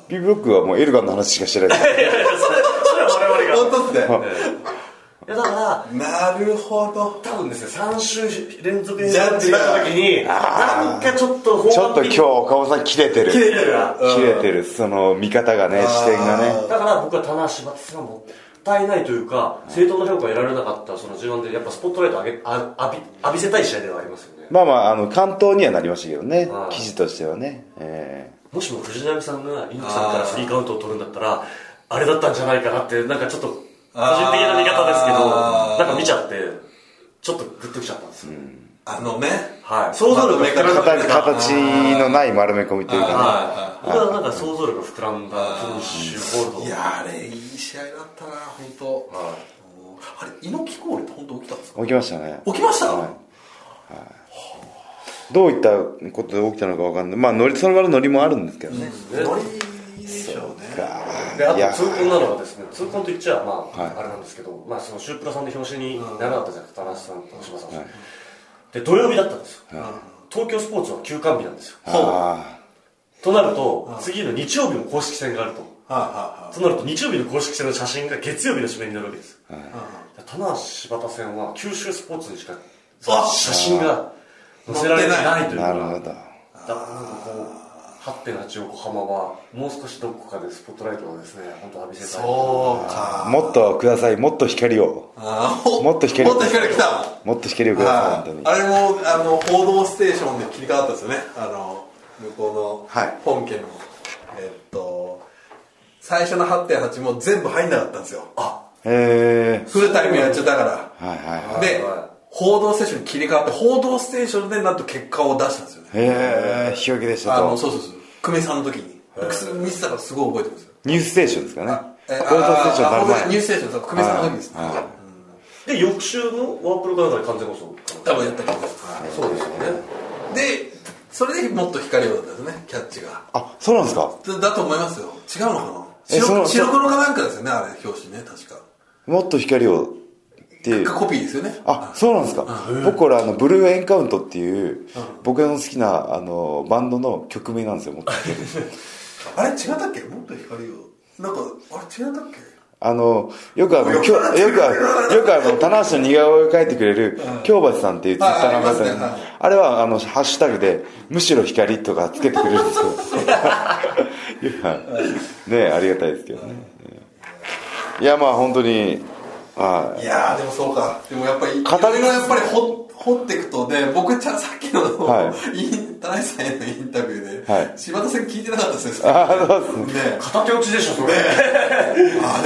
Speaker 1: B ブロックはもうエルガンの話しかしてないです
Speaker 4: いやいやそれそれは我々
Speaker 2: 本
Speaker 4: が
Speaker 2: 当ですね
Speaker 4: いやだから
Speaker 2: なるほど
Speaker 4: 多分ですね3週連続でやってた時になんかちょっと
Speaker 1: ちょっと今日 岡本さん切れてる
Speaker 4: 切れてるな
Speaker 1: 切れてるその見方がね視点がね
Speaker 4: だから僕は棚橋柴田さんもったいないというか正当な評価を得られなかったその G1 でやっぱスポットライトを上げあ浴び浴びせたい試合ではありますよね
Speaker 1: まあまああの関東にはなりましたけどね
Speaker 4: はい
Speaker 1: 記事としてはねえ
Speaker 4: もしも藤波さんが猪木さんからスリーカウントを取るんだったらあれだったんじゃないかなってなんかちょっと個人的な見方ですけど
Speaker 2: あー
Speaker 4: なんか見ちゃってちょっとグッときちゃったんですよ、
Speaker 2: あのね
Speaker 4: はい想像力が膨ら
Speaker 1: え
Speaker 4: んだ
Speaker 1: 形形のない丸め込みというか
Speaker 4: はい僕はなんか想像力が膨らんだフィニッシュホールド
Speaker 2: いやあれいい試合だったな本当、
Speaker 4: は
Speaker 2: もうあれ猪木コールって本当起きたんですか
Speaker 1: ね起きましたね
Speaker 2: 起きました、
Speaker 1: はいどういったことで起きたのかわかんないまあノリその場のノリもあるんですけどね
Speaker 2: ノリでしょうね
Speaker 4: で
Speaker 1: いや
Speaker 4: あと痛恨なのはですね痛恨と言っちゃまあ、
Speaker 1: はい
Speaker 4: あれなんですけど、まあ、そのシュープロさんで表紙にならなかったじゃないですか田中さんと島さん、で土曜日だったんですよ、東京スポーツは休館日なんですよ
Speaker 1: あ
Speaker 4: となると、次の日曜日も公式戦があると
Speaker 2: は
Speaker 4: となると日曜日の公式戦の写真が月曜日の締めになるわけです、棚橋柴田戦は九州スポーツにしか
Speaker 2: あ
Speaker 4: 写真が載せられてないと
Speaker 1: あ
Speaker 4: いう
Speaker 1: な
Speaker 4: か
Speaker 1: るほど
Speaker 4: だからなんかこう8.8横浜はもう少しどこかでスポットライトをですね本当浴びせたい
Speaker 2: そうか
Speaker 1: もっとくださいもっと光を
Speaker 2: あー
Speaker 1: もっと光
Speaker 2: もっと光来た
Speaker 1: もっと光をください本当
Speaker 2: あ
Speaker 1: に
Speaker 2: れもあの報道ステーションで切り替わったんですよねあの向こう
Speaker 1: は
Speaker 2: の
Speaker 1: い
Speaker 2: 本家の、えっと最初の8.8も全部入んなかったんですよ
Speaker 1: へえ
Speaker 2: フルタイムやっちゃったか
Speaker 1: はいはいは
Speaker 2: らで報道ステーションに切り替わって報道ステーションでなんと結果を出したんですよね
Speaker 1: いへえ引き分けでした
Speaker 2: あの
Speaker 1: と
Speaker 2: そうそうそう久米さんの時に見てたからすごい覚えてますよ
Speaker 1: ニュースステーションですかね
Speaker 2: え
Speaker 1: 報道ステーション
Speaker 2: ああ
Speaker 1: になる
Speaker 2: 報道ニュー
Speaker 1: 前
Speaker 2: スステーションそう久米さんの時ですね
Speaker 1: はいはい
Speaker 4: で翌週のワープロかなんかで完全故障
Speaker 2: 多分やったけど
Speaker 4: そうですよね
Speaker 2: でそれでもっと光るようだったんですねキャッチが
Speaker 1: あそうなんですか
Speaker 2: だと思いますよ違うのかな
Speaker 1: えそ
Speaker 2: 白
Speaker 1: の
Speaker 2: 白黒かなんかですよねあれ表紙ね確か
Speaker 1: もっと光をっていう
Speaker 2: コピーですよね
Speaker 1: あそうなんですか僕これあのブルーエンカウントっていう僕の好きなあのバンドの曲名なんですよもっと光
Speaker 2: あれ違ったっけもっと光をなんかあれ違ったっけ
Speaker 1: あのよくあの今日よくあよくあの棚橋の似顔絵を描いてくれる京橋さんっていうツイッターの方
Speaker 2: ああ
Speaker 1: に
Speaker 2: りますねはい
Speaker 1: あれはあのハッシュタグで「むしろ光」とかつけてくれるんですよ はいねえありがたいですけどねいやまあ本当にはい
Speaker 2: やーでもそうかでもやっぱ
Speaker 1: 語
Speaker 2: り
Speaker 1: ります
Speaker 2: いろいろやっぱり掘掘っていくとね僕ちゃんさっきの、
Speaker 1: は
Speaker 2: イン田中さんへのインタビューで、
Speaker 1: はい
Speaker 2: 柴田さん聞いてなかったですね
Speaker 1: ああそうですね
Speaker 2: ね
Speaker 4: 片手落ちでしょそれ
Speaker 2: あれ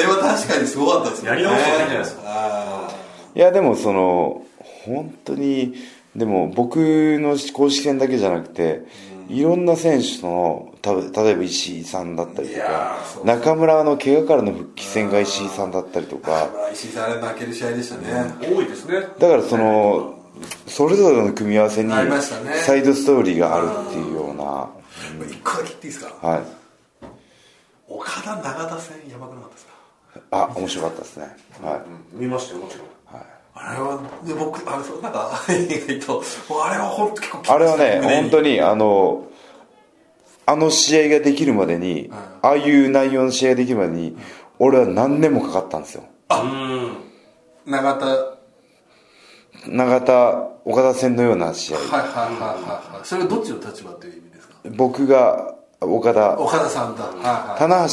Speaker 2: は確かにすごかったですね
Speaker 4: やり直した方がいいんじゃないですか
Speaker 2: か
Speaker 1: いやでもその本当にでも僕の公式戦だけじゃなくて、いろんな選手のた例えば石井さんだったり
Speaker 2: い
Speaker 1: と
Speaker 2: や
Speaker 1: か
Speaker 2: ーそう
Speaker 1: 中村の怪我からの復帰戦が石井さんだったりとか
Speaker 2: 石井さんあれ負ける試合でしたね、
Speaker 4: 多いですね
Speaker 1: だからそのそれぞれの組み合わせに
Speaker 2: ありましたね
Speaker 1: サイドストーリーがあるっていうような、
Speaker 2: 一個だけ言っていいですか
Speaker 1: はい
Speaker 2: 岡田永田戦やばくなかったですか
Speaker 1: あ面白かったですねは
Speaker 4: 見ましたよもちろん
Speaker 2: あれはで僕あれそうなんか 意外ともうあれは本当結構
Speaker 1: い、あれはね本当
Speaker 2: に
Speaker 1: にあのあの試合ができるまでに、ああいう内容の試合ができるまでに、俺は何年もかかったんですよ
Speaker 2: 永田はい
Speaker 1: 永田岡田戦のような試合
Speaker 2: はいはいはいはいそれはどっちの立場という意味ですか
Speaker 1: 僕が岡田
Speaker 2: 岡田さんだはいはい
Speaker 1: 棚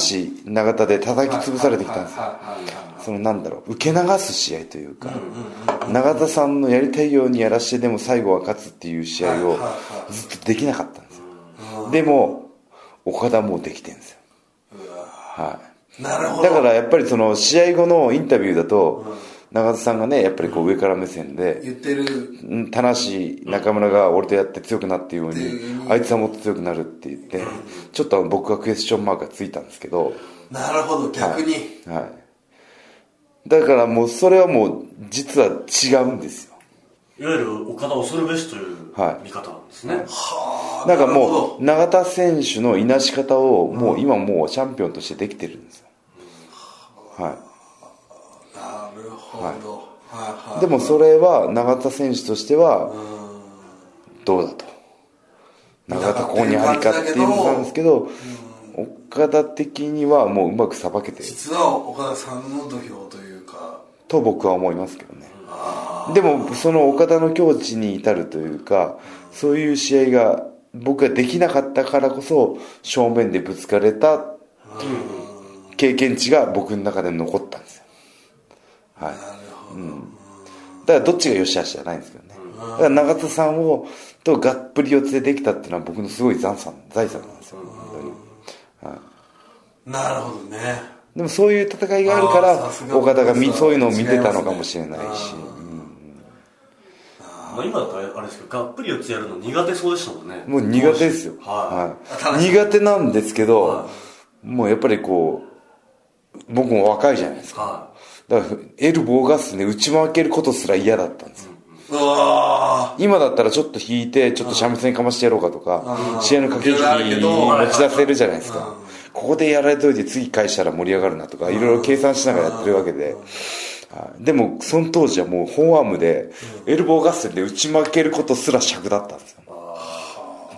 Speaker 1: 橋永田で叩き潰されてきたんですよ
Speaker 2: はいはいはい
Speaker 1: そのなんだろう受け流す試合というか永田さんのやりたいようにやらしてでも最後は勝つっていう試合
Speaker 2: は
Speaker 1: を
Speaker 2: いはい
Speaker 1: ずっとできなかったんですよでも岡田もうできてるんですよはい
Speaker 2: なるほ
Speaker 1: だ
Speaker 2: ど
Speaker 1: からやっぱりその試合後のインタビューだと永田さんがねやっぱりこう上から目線で
Speaker 2: 言ってる
Speaker 1: うん田無中村が俺とやって強くなっていうように、
Speaker 2: う
Speaker 1: あいつはもっと強くなるって言って、ちょっと僕がクエスチョンマークがついたんですけど、
Speaker 2: なるほど逆に
Speaker 1: はい、だからもうそれはもう実は違うんですよ
Speaker 4: いわゆる岡田恐るべしという
Speaker 1: はい
Speaker 4: 見方なんですね、
Speaker 2: はあ
Speaker 1: なんか
Speaker 2: なるほ
Speaker 1: も
Speaker 2: ど
Speaker 1: う永田選手のいなし方をもう今もうチャンピオンとしてできてるんですよ、は
Speaker 2: なるほどはいはい
Speaker 1: い、でもそれは永田選手としてはどうだと永田ここにありかっていうのなんですけど岡田的にはもううまくさばけてる
Speaker 2: 実は岡田さんの土俵というか
Speaker 1: と僕は思いますけどねでもその岡田の境地に至るというかそういう試合が僕ができなかったからこそ正面でぶつかれた経験値が僕の中で残ったんですよはい、うん、だからどっちが良し悪しじゃないんですけどねだから永田さんをとがっぷり四つでできたっていうのは僕のすごい財産財産なんですよ本当に
Speaker 2: なるほどね
Speaker 1: でもそういう戦いがあるか
Speaker 2: あーさす
Speaker 1: ら
Speaker 2: が
Speaker 1: 岡田がみそういうのを見てた
Speaker 2: 違います
Speaker 1: の
Speaker 2: ね
Speaker 1: かもしれないし、
Speaker 4: まあ、今だとあれですけどがっぷり四つやるの苦手そうでしたもんね
Speaker 1: もう苦手ですよ、
Speaker 4: は
Speaker 1: はい苦手なんですけど、もうやっぱりこう僕も若いじゃないですか
Speaker 4: は
Speaker 1: だからエルボーガスで打ち負けることすら嫌だったんですよ、
Speaker 2: うわ
Speaker 1: 今だったらちょっと引いてちょっと三味線かましてやろうかとか、試合の駆け
Speaker 2: いろいろある
Speaker 1: 引
Speaker 2: け
Speaker 1: き
Speaker 2: ど
Speaker 1: 持ち出せるじゃないですか、ここでやられといて次返したら盛り上がるなとか、いろいろ計算しながらやってるわけで、はいでもその当時はもう本アームで、エルボー合戦で打ち負けることすら尺だったんですよ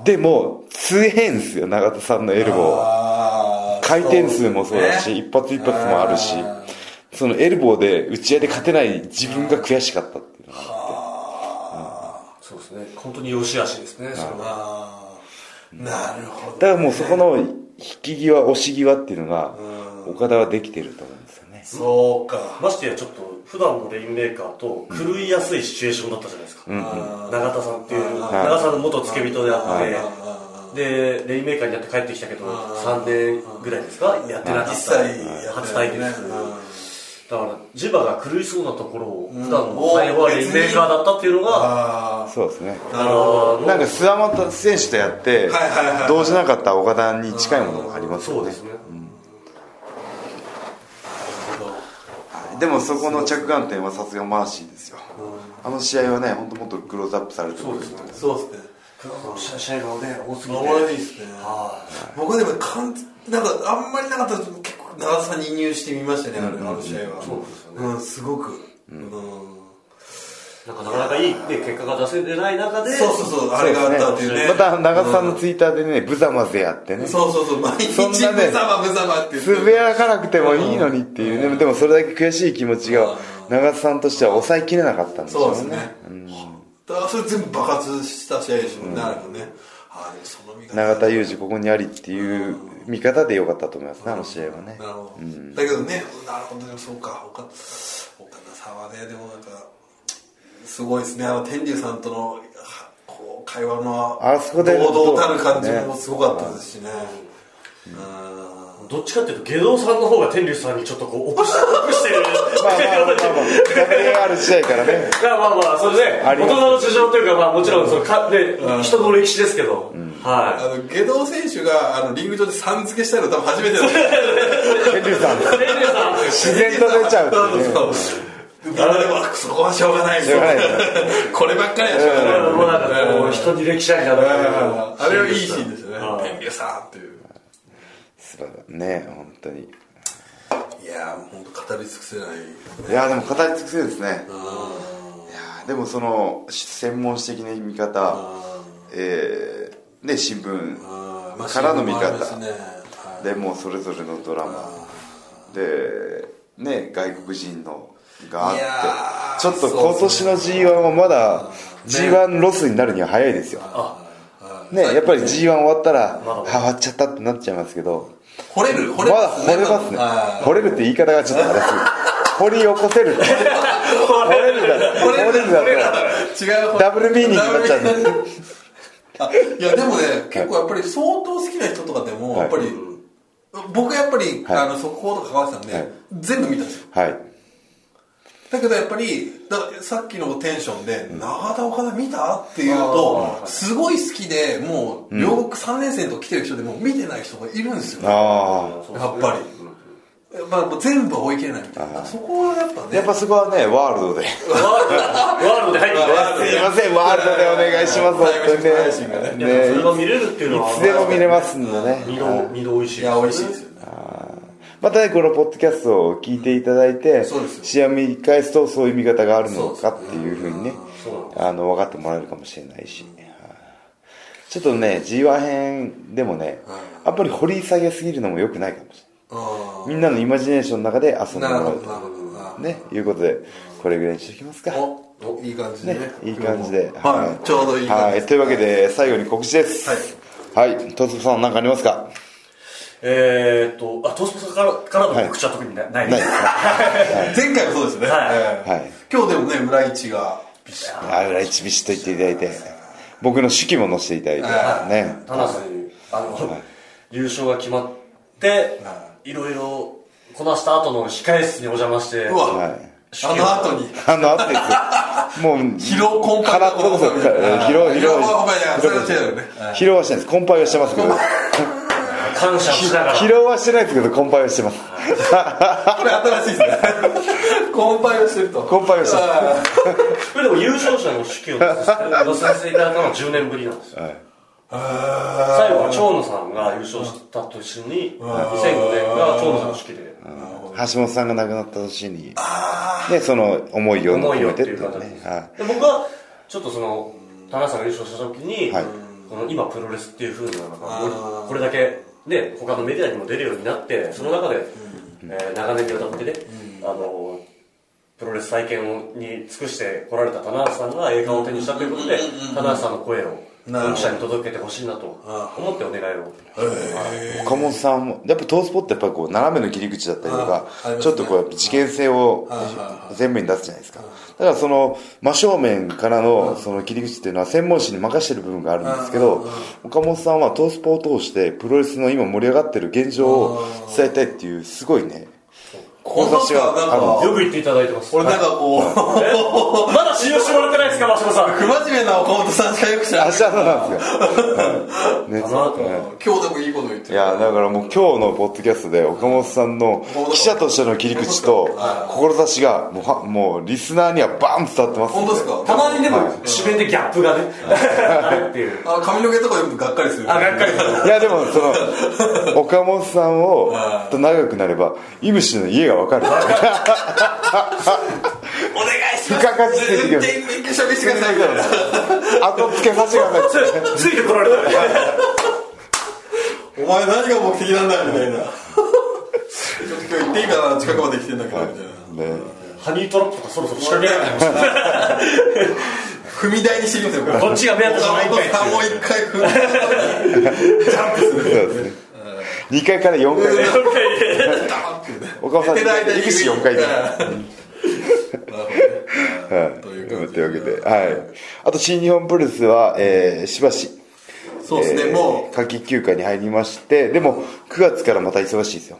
Speaker 1: でも強えんすよ永田さんのエルボーは
Speaker 2: あー
Speaker 1: 回転数もそうだし、
Speaker 2: ね
Speaker 1: 一発一発もあるし
Speaker 2: あ
Speaker 1: そのエルボーで打ち合いで勝てない自分が悔しかったっていうのが
Speaker 4: いそうですね本当に良し悪しですねそれは
Speaker 2: あなるほど
Speaker 1: だからもうそこの引き際押し際っていうのが岡田はできてると思うんですよね
Speaker 2: そうか
Speaker 4: ましてやちょっと普段のレインメーカーと狂いやすいシチュエーションだったじゃないですか、
Speaker 2: あー
Speaker 4: 永田さんっていう
Speaker 2: は
Speaker 4: 永
Speaker 2: い
Speaker 4: 田さんの元付け人であって、
Speaker 2: あ
Speaker 4: でレインメーカーにやって帰ってきたけど
Speaker 2: あ
Speaker 4: 3年ぐらいですかやってなかった
Speaker 2: 一切やって
Speaker 4: 初
Speaker 2: な
Speaker 4: 体
Speaker 2: い
Speaker 4: 験
Speaker 2: ね
Speaker 4: ですだから磁場が狂いそうなところを
Speaker 2: ん
Speaker 4: 普段の会話はレインメーカーだったっていうのが
Speaker 2: あ
Speaker 1: そうですね
Speaker 2: あなるほ
Speaker 4: あの
Speaker 1: なんか諏訪間選手とやって
Speaker 2: はいはいはい
Speaker 1: 動じなかった岡田に近いものがあります
Speaker 4: そ
Speaker 1: よ
Speaker 4: う
Speaker 1: ね
Speaker 4: ですね、
Speaker 2: ど
Speaker 1: はいでもそこの着眼点はさすがマーシーですよあの試合はね本当もっとクローズアップされて
Speaker 4: そう
Speaker 1: る
Speaker 4: ですね
Speaker 2: そうですね黒田さん
Speaker 4: 試合試合がね多すぎて
Speaker 2: 名前いいですね
Speaker 4: は
Speaker 2: 僕でもかんなんかあんまりなかったですけど結構長さに入してみましたねあれあの試合は
Speaker 4: そうですよね
Speaker 2: うんすごくうん
Speaker 4: いなんかなかなかいい、ね、結果が出せてない中で
Speaker 2: そうそうそうあれがあったっていうね
Speaker 1: また長津さんのツイッターでねブザまぜやってね
Speaker 2: そうそうそう毎日
Speaker 1: そん
Speaker 2: ブザ
Speaker 1: なね
Speaker 2: バブザバって言って
Speaker 1: つぶやかなくてもいいのにっていうねでもそれだけ悔しい気持ちが長津さんとしては抑えきれなかったんでし
Speaker 2: そ
Speaker 1: ょう
Speaker 2: うです
Speaker 1: ね
Speaker 2: ねだからそれ全部爆発した試合でしもんねあれもねああでもその見方
Speaker 1: 永田裕二ここにありっていう見方でよかったと思いますねあの試合はね
Speaker 2: なるほどだけどねなるほどでもそうか岡岡田さんはねでもなんかすごいですねあの天竜さんとのはこう会話の
Speaker 1: あそこで
Speaker 2: 堂々たる感じ
Speaker 1: ね
Speaker 2: もすごかったですしねうん
Speaker 4: どっちかっていうと下道さんの方が天竜さんにちょっとこうオプし臆してる
Speaker 1: まあまあまあまあ学 年がある試合からね
Speaker 4: まあまあまあ、それで、
Speaker 1: あ
Speaker 4: 大
Speaker 1: りが
Speaker 4: 人
Speaker 1: とう
Speaker 4: の事情というか、まあもちろん、その、か、で、人の歴史ですけど、は
Speaker 2: あの下道選手があのリング上でさん付けしたの多分初めてだと思う
Speaker 1: 天竜さん
Speaker 4: い。レイレさん、
Speaker 1: 自然と出ちゃうっていうね
Speaker 2: そうそうあでもそこはしょうがないみたいな
Speaker 1: しょうが
Speaker 2: こればっかりはしょうがない
Speaker 4: もうなんかこう、人に歴史ありだなって いう
Speaker 2: あれはいいシーンですよ
Speaker 4: は
Speaker 2: ね
Speaker 4: い
Speaker 2: 天竜さんっていう
Speaker 1: 素晴らしいね本当に
Speaker 2: いやー本当語り尽くせない
Speaker 1: いやでも語り尽くせですねいやーでもそのし専門史的な見方えー、ね新聞
Speaker 2: あーまあ
Speaker 1: からの見
Speaker 2: 信号もありますねはい
Speaker 1: でもうそれぞれのドラマでね外国人のが
Speaker 2: いや
Speaker 1: あっ
Speaker 2: ー
Speaker 1: てちょっと
Speaker 2: そう
Speaker 1: 今
Speaker 2: っ
Speaker 1: 年
Speaker 2: す
Speaker 1: の g 1はまだ g 1ロスになるには早いですよねやっぱり g 1終わったらあ
Speaker 4: まだ
Speaker 1: 終わっちゃったってなっちゃいますけど
Speaker 2: 掘れる掘
Speaker 1: ま
Speaker 2: れ
Speaker 1: だ
Speaker 2: ます
Speaker 1: 掘れますね
Speaker 2: はい
Speaker 1: 掘れるって言い方がちょっとあれです掘り起こせる掘れるだ
Speaker 2: 掘れ
Speaker 1: 掘れ
Speaker 2: る
Speaker 1: るだっ
Speaker 2: 掘れる
Speaker 1: たら
Speaker 2: 違う
Speaker 1: ダブルミーニングになっちゃうんで
Speaker 2: ダブルミーニングあいやでもね結構やっぱり相当好きな人とかでも
Speaker 1: はい
Speaker 2: やっぱり僕やっぱり
Speaker 1: はい
Speaker 2: あの速報とか川瀬さん
Speaker 1: は
Speaker 2: ね
Speaker 1: い
Speaker 2: 全部見たんですよ
Speaker 1: はい
Speaker 2: だけどやっぱりだからさっきのテンションで「長田岡田見た?」っていうとすごい好きでもう両国3年生の時来てる人でも見てない人がいるんですよ
Speaker 1: あ
Speaker 2: やっぱり、まあ、もう全部は追い切れないみたいなそこはやっぱ
Speaker 1: あ
Speaker 2: ね
Speaker 1: やっぱそこはねワールドで
Speaker 4: ワールドワールドで入ってきます
Speaker 1: すいませんワールドでお願いします本当にね
Speaker 2: タイムシフト配信が
Speaker 1: ね
Speaker 4: いやでもそれが見れるっていうのは、
Speaker 1: いつでも見れますんでね
Speaker 4: 二度、二度美味しい。
Speaker 2: いや美味しいですよね
Speaker 1: またねこのポッドキャストを聞いていただいて
Speaker 2: そうですよ
Speaker 1: 試合を見返すとそういう見方があるのかっていうふうにね
Speaker 4: そうなんで
Speaker 1: あの分かってもらえるかもしれないしはいちょっとね G1 編でもねやっぱり掘り下げすぎるのも良くないかもしれないみんなのイマジネーションの中で遊んで
Speaker 2: な
Speaker 1: もらう
Speaker 2: るほどなるほどな
Speaker 1: とねいうことでこれぐらいにしておきますか
Speaker 2: おいい感じでね
Speaker 1: ねいい感じで
Speaker 2: はいちょうどいい感
Speaker 1: は
Speaker 2: じ
Speaker 1: いというわけで最後に告知ですはいトスさん何かありますか
Speaker 4: えーっと、あ、トースポさんから、からの告知は特にないない
Speaker 1: な
Speaker 4: で
Speaker 1: い
Speaker 4: す。
Speaker 2: 前回もそうですね
Speaker 4: はい
Speaker 2: ええ
Speaker 1: はい
Speaker 2: 今日でもね村市がビシッ
Speaker 1: あ裏一ビシッと言っていただいて僕の手記も載せていただいてね
Speaker 4: 田中さんに、あの、優勝が決まって、いろいろこなした後の控え室にお邪魔して、
Speaker 2: うわ
Speaker 1: はい
Speaker 2: あの後に
Speaker 1: あの、あってですよ。もう、
Speaker 2: 疲労困憊
Speaker 1: からっとこそ、疲労、疲労
Speaker 2: 疲労困憊じゃないそれは違うよねはい
Speaker 1: 疲労はしてないです。コンパイはしてますけど。
Speaker 4: 感謝しながら。
Speaker 1: 疲労はしてないですけど、コンパイはしてます。
Speaker 2: これ新しいです ねコンパイルしてると
Speaker 1: コンパイはしてます。
Speaker 2: あ
Speaker 4: それでも優勝者の手記を出させていただいたのは10年ぶりなんですよ。
Speaker 2: あ
Speaker 4: 最後は長野さんが優勝した年に、2005年が長野さんの手記で、
Speaker 1: 橋本さんが亡くなった年に、ね、その思いを
Speaker 4: 思い
Speaker 1: 込
Speaker 4: よ
Speaker 1: め
Speaker 4: って
Speaker 1: てっ
Speaker 4: い
Speaker 1: て
Speaker 4: う
Speaker 1: いう
Speaker 4: 形で
Speaker 1: ね
Speaker 4: す。
Speaker 1: は
Speaker 4: で僕は、ちょっとその、田中さんが優勝した時に、
Speaker 1: はい
Speaker 4: この今プロレスっていう風なのが、これだけ、ね、他のメディアにも出るようになって、その中で、えー長年にわたってね、あの、プロレス再建をに尽くして来られた田中さんが栄冠を手にしたということで、田中さんの声を
Speaker 2: なるほど
Speaker 4: 読者に届けてほしいなと思ってお願いを
Speaker 1: 岡本さんもやっぱトースポってやっぱりこう斜めの切り口だったりとか
Speaker 2: あありますね
Speaker 1: ちょっとこうやっぱ事件性を
Speaker 2: あ
Speaker 1: 前面に出すじゃないですかだからその真正面からのその切り口っていうのは専門誌に任してる部分があるんですけ
Speaker 2: あ
Speaker 1: ど岡本さんはトースポを通してプロレスの今盛り上がってる現状を伝えたいっていうすごいね志があるんです
Speaker 2: あ
Speaker 1: よ
Speaker 4: よく言っていただいてます
Speaker 2: 俺なんかこう、
Speaker 4: えまだ信用してもらってないですか、真島さん。
Speaker 2: 不真面目な岡本さんしかよく知
Speaker 1: 明
Speaker 2: らない
Speaker 1: 日のなんですよ はいね
Speaker 2: 今日でもいいこと言って
Speaker 1: い
Speaker 2: る
Speaker 1: やだからもう今日のポッドキャストで岡本さんの記者としての切り口と志がもうはもうリスナーにはバーン伝わってますん
Speaker 2: 本当ですか
Speaker 4: たまにでも、紙面でギャップがね、あるっていう。
Speaker 2: あの髪の毛とか読むとがっかりする
Speaker 4: あ、がっかりする。
Speaker 1: いやでもそ の岡本さんをと長くなればイムシの家がわ かる
Speaker 2: お願いします
Speaker 1: 付加価値的に
Speaker 2: 運転免許証見せてくださいみたいな
Speaker 1: 後付けさせてくださいって
Speaker 4: ついてこられたね。
Speaker 2: お前何が目的なんだみたいな ちょっと今日行っていいかな近くまで来てんだけどみたいな
Speaker 1: ね
Speaker 4: ハニートラップとかそろそろ仕掛けられない
Speaker 2: 踏み台にしていきますよ
Speaker 4: こっちが目当てじゃないんか
Speaker 2: 岡
Speaker 4: い
Speaker 2: 本さんもう一回踏み台にジャンプする
Speaker 1: そうですね2階から4階で
Speaker 2: ダーンってね
Speaker 1: 岡本さん陸士4階で
Speaker 2: はいと
Speaker 1: と
Speaker 2: いう感じ
Speaker 1: いうわけではいあと新日本プロレスは、えーしばし
Speaker 2: そうですね、
Speaker 1: えー
Speaker 2: も
Speaker 1: 夏季休暇に入りましてでも9月からまた忙しいですよ
Speaker 2: う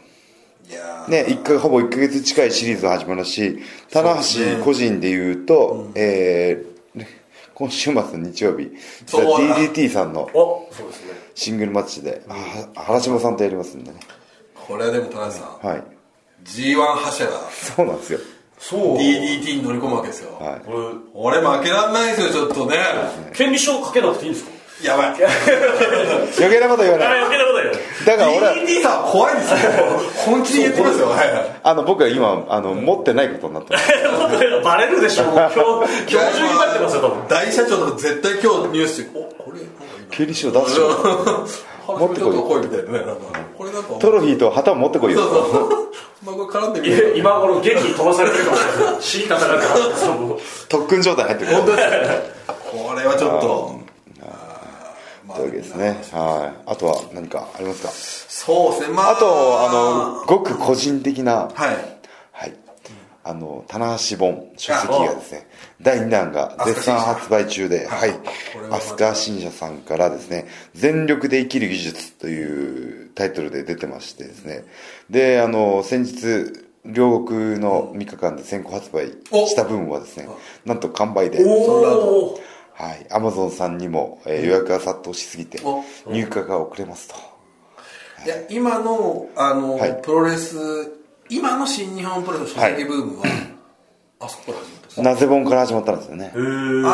Speaker 2: いやー
Speaker 1: ね、一回ほぼ1ヶ月近いシリーズが始まるし、棚橋個人で言うと、えーね今週末の日曜日、
Speaker 2: そうだ
Speaker 1: DDT さんの
Speaker 4: お、そうですね。
Speaker 1: シングルマッチで、は原島さんとやりますんでね。
Speaker 2: これはでも田中さん
Speaker 1: はい。
Speaker 2: G1 覇者が
Speaker 1: そうなんですよ。
Speaker 4: そう。
Speaker 2: DDT に乗り込むわけですよ、
Speaker 4: これ、
Speaker 2: 俺負けらんないですよちょっとね
Speaker 4: 権利書かけなくていいんですか
Speaker 2: やばい
Speaker 1: 余計なこと言わ
Speaker 4: あ
Speaker 1: ない。
Speaker 4: れ、余計なことやね。
Speaker 1: だから俺は、
Speaker 2: DDT さんは怖いですよ 本気に言ってますよはい
Speaker 1: あの、僕は今、あの、持ってないことになってます。
Speaker 4: バレるでしょ、もう今日、今日中になってますよ、多分。
Speaker 2: 大社長とか絶対今日ニュースでおこれなんかいいな
Speaker 1: 蹴り師を出し ちゃう。
Speaker 2: 持ってこいよこいみたいなねなんかこれなんか
Speaker 1: トロフィーと旗を持ってこいよ。
Speaker 2: そうそうまあこれ絡んでみる
Speaker 4: 今頃、劇に飛ばされてるかもしれない。死に方なんか、そうもう
Speaker 1: 特訓状態入ってくる。
Speaker 2: これはちょっとまあ
Speaker 1: というわけですね。はい。あとは何かありますか
Speaker 2: そうですねまあ
Speaker 1: あと、あの、ごく個人的な、
Speaker 2: はい
Speaker 1: はい、あの棚橋本書籍がですね第2弾が絶賛発売中で、はい
Speaker 2: これ、はまた
Speaker 1: 飛鳥信者さんからですね「全力で生きる技術」というタイトルで出てましてですねであの先日両国の3日間で先行発売した分はですねなんと完売で、
Speaker 4: おー。
Speaker 1: はい、アマゾンさんにも、えー予約が殺到しすぎて
Speaker 2: お
Speaker 1: 入荷が遅れますと。
Speaker 2: いや今のあの、
Speaker 1: はい
Speaker 2: プロレス今の新日本プロレスの書籍ブームは、あそこから始まったんです
Speaker 1: なぜ本から始まったんですよね。
Speaker 2: あ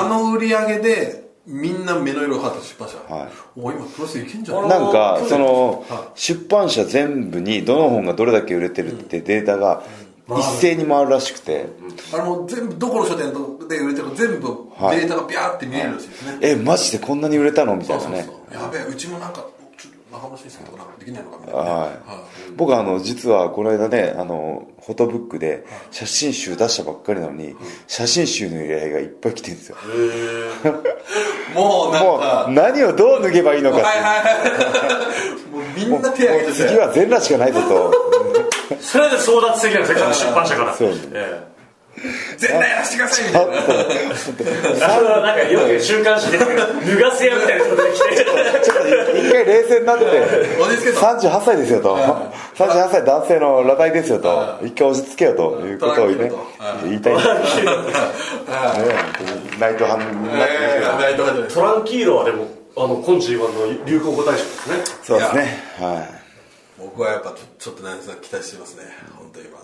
Speaker 2: の売り上げでみんな目の色を果たしました、
Speaker 1: はい
Speaker 2: お今プロレスいけんじゃない
Speaker 1: なんかその
Speaker 2: は
Speaker 1: 出版社全部にどの本がどれだけ売れてるってデータが一斉に回るらしくて
Speaker 2: あれも全部どこの書店で売れてるか全部データがビャーって見えるらしいですね、
Speaker 1: えマジでこんなに売れたのみたいなね
Speaker 2: そうそうそうやべえうちもなんかちょっと仲間しいですけどなんかできないのかみたいな、
Speaker 1: は
Speaker 2: はい
Speaker 1: 僕あの実はこの間ねあのフォトブックで写真集出したばっかりなのに写真集の依頼がいっぱい来てるんですよ
Speaker 2: いもうなん
Speaker 1: も
Speaker 2: か
Speaker 1: う何をどう脱げばいいのかって
Speaker 2: はいはいはいもうみんな手
Speaker 1: も
Speaker 2: 挙げ
Speaker 1: う
Speaker 2: てて
Speaker 1: 次は全裸しかないぞと
Speaker 4: それで争奪的なんですね、各出版社から。
Speaker 1: そう
Speaker 4: ええ
Speaker 2: 全然やらしてくださいみたいな
Speaker 4: あのなんかよく週刊誌で脱がせ屋みたいな人で来
Speaker 1: ち
Speaker 4: て、
Speaker 1: ょっと一回冷静になって
Speaker 2: おじつけた
Speaker 1: 38歳ですよと38歳男性の裸体ですよと一回落ち着けよということをね
Speaker 2: トラン
Speaker 1: 言いたいですねナイトハンになって
Speaker 2: えーないとかじゃない
Speaker 4: トランキーロはでも、あの、今 G1 の流行語大賞ですね。
Speaker 1: そうですねは
Speaker 2: 僕はやっぱちょちょっと何さん期待してますね本当今あ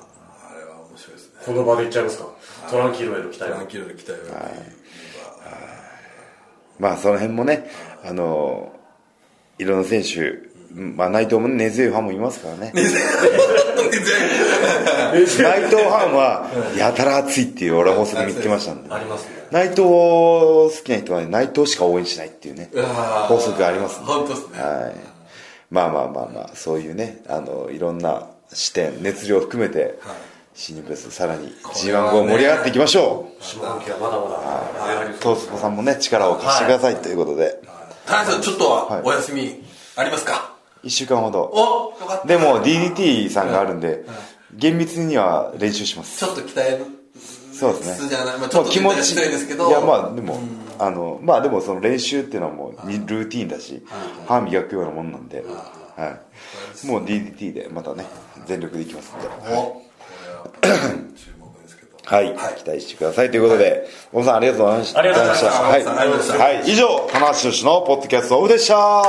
Speaker 2: れは面白いですね
Speaker 4: この場で言っちゃいますか。トランキーロへの期待
Speaker 2: 何
Speaker 4: は。
Speaker 2: キロの期待はやっ
Speaker 1: いまあその辺もねあのいろんな選手まあ内藤もね根強いファンもいますからね
Speaker 2: ぱ全
Speaker 1: 内
Speaker 2: 然
Speaker 1: 藤ファンはやたら熱いっていう俺は法則見つけましたんで
Speaker 4: ありますね。
Speaker 1: 内藤を好きな人はね内藤しか応援しないっていうね
Speaker 2: わー
Speaker 1: 法則がありますね
Speaker 2: 本当ですね
Speaker 1: はい、まあまあまあまあそういうねあのいろんな視点熱量を含めて、新日本プロレスさらに g
Speaker 2: れはね
Speaker 1: 1 5盛り上がっていきましょう
Speaker 4: 下半期はまだまだ。
Speaker 1: トースポさんもね力を貸してくださいということで、
Speaker 2: 田中さん、ちょっとはお休みありますか
Speaker 1: 1週間ほど
Speaker 2: およかった。
Speaker 1: でも DDT さんがあるんで厳密には練習します
Speaker 2: ちょっと鍛える。
Speaker 1: そうですね
Speaker 2: じゃない、まあ、ち
Speaker 1: もう
Speaker 2: ょっと
Speaker 1: 気持ち
Speaker 2: しいですけど。
Speaker 1: いやまあでもあのまあでもその練習っていうのはもうにルーティンだし歯磨くようなもんなんではいもう DDT でまたね全力でいきますんで
Speaker 2: おこれは注目ですけど。
Speaker 1: はい、期待してくださいということで、小野さんありがとうございました。
Speaker 4: ありがとうございまし
Speaker 1: は
Speaker 4: た
Speaker 1: い、
Speaker 2: 小野さんありがとうございました
Speaker 1: はい、以上、棚橋宏のポッドキャストオフでした。